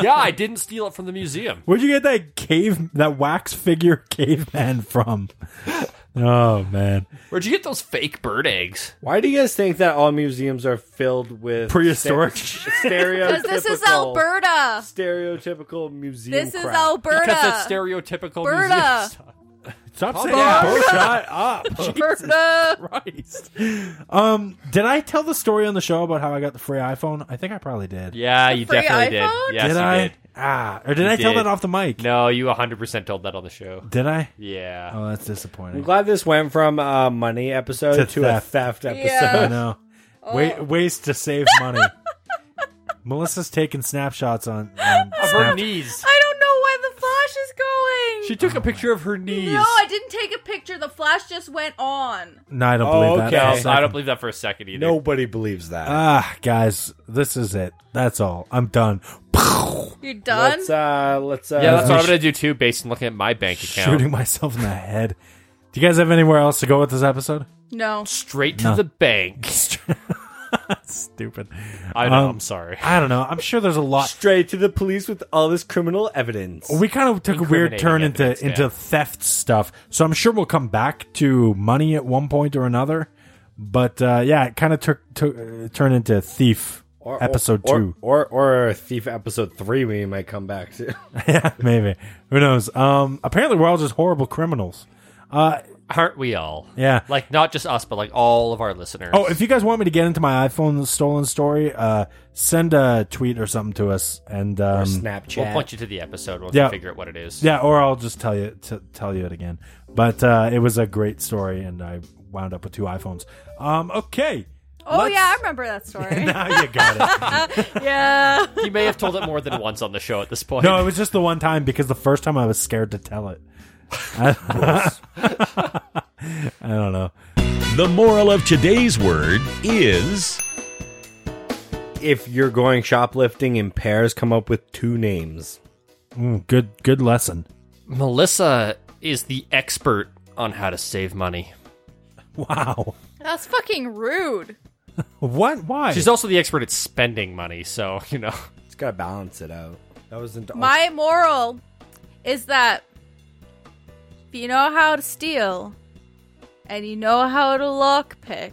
Speaker 4: Yeah, I didn't steal it from the museum.
Speaker 1: Where'd you get that cave, that wax figure caveman from? Oh man,
Speaker 4: Where'd you get those fake bird eggs?
Speaker 3: be- Why do you guys think that all museums are filled with
Speaker 1: prehistoric.
Speaker 3: ste- stereotypical?
Speaker 5: because this is Alberta.
Speaker 3: Stereotypical museum.
Speaker 5: This is
Speaker 3: crap.
Speaker 5: Alberta.
Speaker 4: Because it's stereotypical
Speaker 5: Berta.
Speaker 4: museum stuff.
Speaker 1: Stop saying
Speaker 4: on.
Speaker 1: bull- shut up.
Speaker 5: Alberta.
Speaker 1: Christ. Um, did I tell the story on the show about how I got the free iPhone? I think I probably did.
Speaker 4: Yeah, you
Speaker 5: free
Speaker 4: definitely
Speaker 5: iPhone?
Speaker 4: did. Yes,
Speaker 1: did
Speaker 4: you
Speaker 1: I?
Speaker 4: did.
Speaker 1: Ah, or did I tell
Speaker 4: did.
Speaker 1: that off the mic?
Speaker 4: No, you 100% told that on the show.
Speaker 1: Did I?
Speaker 4: Yeah.
Speaker 1: Oh, that's
Speaker 3: I'm
Speaker 1: disappointing.
Speaker 3: glad this went from a money episode
Speaker 1: To
Speaker 3: to, a
Speaker 1: theft.
Speaker 3: theft episode.
Speaker 5: Yeah.
Speaker 1: I know.
Speaker 4: Oh.
Speaker 1: Wa- ways to save money. Melissa's taking snapshots on. on
Speaker 4: Of her
Speaker 1: Snap-
Speaker 4: knees.
Speaker 5: I don't know why the flash is going.
Speaker 4: She took a picture of her knees.
Speaker 5: no, I didn't take a picture. The flash just went on.
Speaker 1: No, I don't
Speaker 3: Oh,
Speaker 1: believe that.
Speaker 3: okay.
Speaker 1: for a
Speaker 6: No, I
Speaker 1: second.
Speaker 6: don't believe that for a second either.
Speaker 3: Nobody believes that.
Speaker 1: Ah, guys, this is it. That's all. I'm done.
Speaker 5: You're done.
Speaker 3: Let's uh let's uh
Speaker 6: Yeah, that's
Speaker 1: Uh,
Speaker 6: what I'm gonna do too, based on looking at my bank account.
Speaker 1: Shooting myself in the head. Do you guys have anywhere else to go with this episode?
Speaker 5: no.
Speaker 6: Straight to the bank.
Speaker 1: Stupid.
Speaker 6: I know.
Speaker 1: Um,
Speaker 6: I'm sorry.
Speaker 1: I don't know. I'm sure there's a lot. Oh,
Speaker 3: straight to the police with all this criminal evidence.
Speaker 1: We kind of took a weird turn
Speaker 6: Incriminating
Speaker 1: into
Speaker 6: evidence,
Speaker 1: into
Speaker 6: yeah.
Speaker 1: theft stuff, so I'm sure we'll come back to money at one point or another. But uh, yeah, it kind of took took uh, turned into thief episode
Speaker 3: or,
Speaker 1: two.
Speaker 3: or or or Thief episode three. We might come back to.
Speaker 1: yeah, maybe. Who knows? Um, apparently, we're all just horrible criminals.
Speaker 6: Aren't we all?
Speaker 1: Yeah.
Speaker 6: Like not just us, but like all of our listeners.
Speaker 1: Oh, if you guys want me to get into my iPhone stolen story, uh, send a tweet or something to us, and um,
Speaker 3: Snapchat.
Speaker 6: we'll point you to the episode once
Speaker 1: Yeah.
Speaker 6: we figure out what it is.
Speaker 1: yeah, or I'll just tell you t- tell you it again. But uh, it was a great story, and I wound up with two iPhones. Um, okay,
Speaker 5: Oh
Speaker 1: let's-
Speaker 5: yeah, I remember that story.
Speaker 1: now you got it.
Speaker 5: yeah.
Speaker 6: He may have told it more than once on the show at this point.
Speaker 1: No, it was just the one time because the first time I was scared to tell it. I, I don't know.
Speaker 2: The moral of today's word is
Speaker 3: If you're going shoplifting in pairs, come up with two names.
Speaker 1: Mm, good good lesson.
Speaker 6: Melissa is the expert on how to save money.
Speaker 1: Wow.
Speaker 5: That's fucking rude.
Speaker 1: What? Why?
Speaker 6: She's also the expert at spending money, so you know.
Speaker 3: It's gotta balance it out. That
Speaker 1: Oh.
Speaker 3: wasn't
Speaker 5: My moral is that if you know how to steal and you know how to lockpick.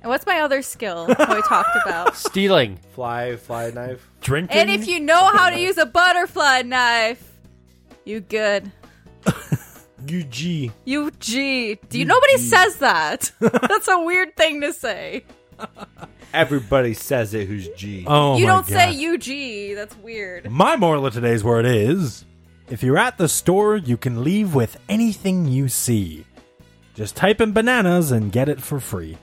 Speaker 5: And what's my other skill that we talked about?
Speaker 6: Stealing.
Speaker 3: fly fly knife.
Speaker 1: drinking.
Speaker 5: And if you know how to use a butterfly knife, you good.
Speaker 3: UG.
Speaker 5: You G. Do you, nobody says that. That's a weird thing to say.
Speaker 3: Everybody says it. Who's G?
Speaker 1: oh,
Speaker 5: you
Speaker 1: my
Speaker 5: don't say
Speaker 1: God.
Speaker 5: you G. That's weird.
Speaker 1: My moral of today's word is if you're at the store, you can leave with anything you see. Just type in bananas and get it for free.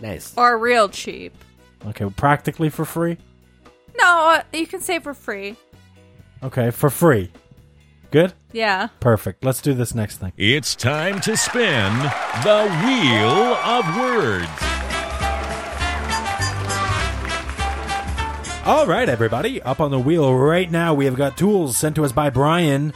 Speaker 3: nice.
Speaker 5: Or real cheap.
Speaker 1: Okay, practically for free?
Speaker 5: No, you can say for free.
Speaker 1: Okay, for free. Good?
Speaker 5: Yeah.
Speaker 1: Perfect. Let's do this next thing.
Speaker 2: It's time to spin the Wheel of Words.
Speaker 1: All right, everybody, up on the wheel right now, we have got tools sent to us by Brian,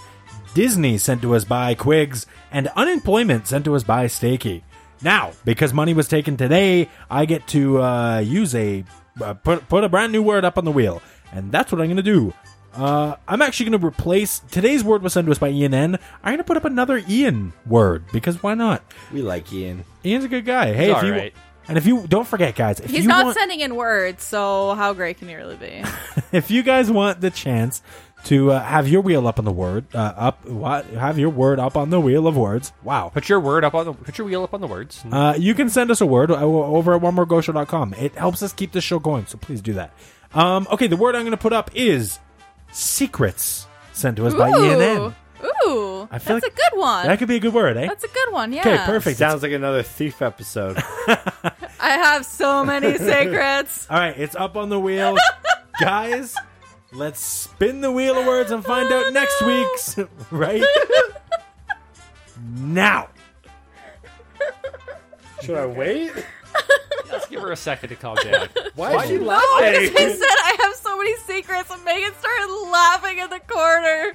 Speaker 1: Disney sent to us by Quigs, and unemployment sent to us by Stakey. Now, because money was taken today, I get to uh, use a uh, put put a brand new word up on the wheel, and that's what I'm going to do. Uh, I'm actually going to replace today's word was sent to us by Ian N. I'm going to put up another Ian word because why not?
Speaker 3: We like Ian.
Speaker 1: Ian's a good guy. Hey, if
Speaker 6: all
Speaker 1: you
Speaker 6: right.
Speaker 1: and if you don't forget, guys, if
Speaker 5: He's
Speaker 1: you
Speaker 5: not
Speaker 1: want,
Speaker 5: sending in words, so how great can he really be?
Speaker 1: if you guys want the chance to uh, have your wheel up on the word uh, up what have your word up on the wheel of words wow
Speaker 6: Put your word up on the put your wheel up on the words.
Speaker 1: uh, you can send us a word uh, over at onemoregoshow.com it helps us keep this show going so please do that um, okay the word i'm going to put up is secrets sent to us by
Speaker 5: Ooh.
Speaker 1: ENN.
Speaker 5: Ooh.
Speaker 1: I
Speaker 5: That's
Speaker 1: feel
Speaker 5: a
Speaker 1: like
Speaker 5: good one.
Speaker 1: that could be a good word eh
Speaker 5: That's a good one, yeah.
Speaker 1: okay perfect
Speaker 3: Sounds like another thief episode.
Speaker 5: I have so many secrets.
Speaker 1: all right it's up on the wheel guys let's spin the wheel of words and find
Speaker 5: Oh,
Speaker 1: out next week's right now
Speaker 3: Should I wait?
Speaker 6: Let's give her a second to calm down.
Speaker 3: Why are you
Speaker 5: Oh, because I
Speaker 3: laughing?
Speaker 5: said I have so many secrets, and Megan started laughing in the corner,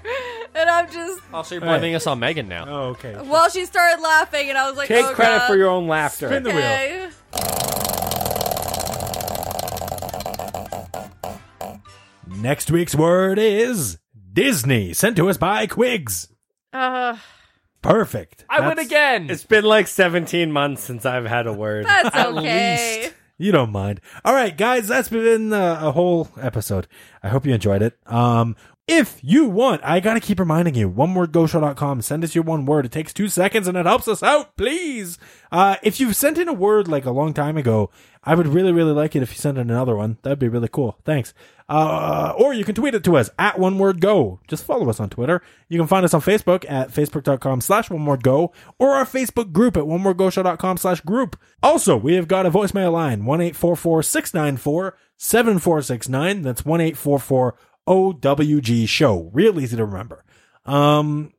Speaker 5: and I'm just
Speaker 6: Also, Oh, you're blaming us on Megan now.
Speaker 1: Oh, okay.
Speaker 5: well, she started laughing, and I was like,
Speaker 3: Take
Speaker 5: oh,
Speaker 3: credit
Speaker 5: God.
Speaker 3: for your own laughter.
Speaker 1: Spin the wheel.
Speaker 5: Okay.
Speaker 1: Next week's word is Disney, sent to us by Quigs.
Speaker 5: Uh,
Speaker 1: Perfect.
Speaker 6: I win
Speaker 1: That's-
Speaker 6: again.
Speaker 3: It's been like 17 months since I've had a word.
Speaker 5: that's
Speaker 6: At
Speaker 5: okay.
Speaker 6: least.
Speaker 1: You don't mind. All right, guys, that's been uh, a whole episode. I hope you enjoyed it. Um, if you want, I gotta keep reminding you, onewordgoshow.com. Send us your one word. It takes two seconds and it helps us out, please. Uh, if you've sent in a word like a long time ago, I would really, really like it if you sent in another one. That'd be really cool. Thanks. Uh, or you can tweet it to us at one word go. Just follow us on Twitter. You can find us on Facebook at facebook.com slash one word go or our Facebook group at one word go show.com slash group. Also, we have got a voicemail line 1 844 694 7469. That's 1 844 OWG show. Real easy to remember. Um,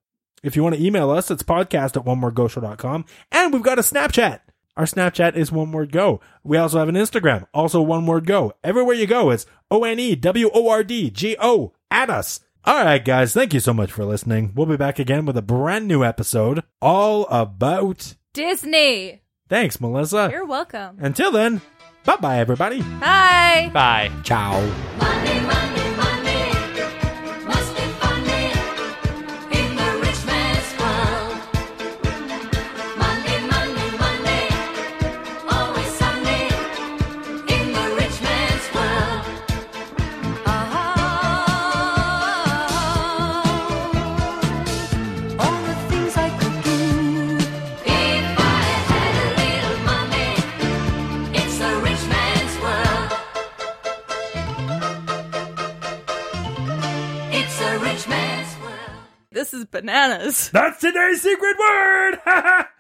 Speaker 1: If you want to email us, it's podcast at onewordgoshow.com. And we've got a Snapchat. Our Snapchat is One Word Go. We also have an Instagram, also One Word Go. Everywhere you go, it's O N E W O R D G O at us. All right, guys, thank you so much for listening. We'll be back again with a brand new episode all about.
Speaker 7: Disney.
Speaker 1: Thanks, Melissa.
Speaker 7: You're welcome.
Speaker 1: Until then, bye bye, everybody.
Speaker 7: Bye.
Speaker 4: Bye.
Speaker 1: Ciao.
Speaker 5: Money, money, money must be funny in the rich man's world. Money, money, money, always sunny in the rich man's world. Oh, all the things I could do if I had a little money. It's the rich man's world. It's a rich man's world.
Speaker 7: This is bananas.
Speaker 1: That's today's secret word.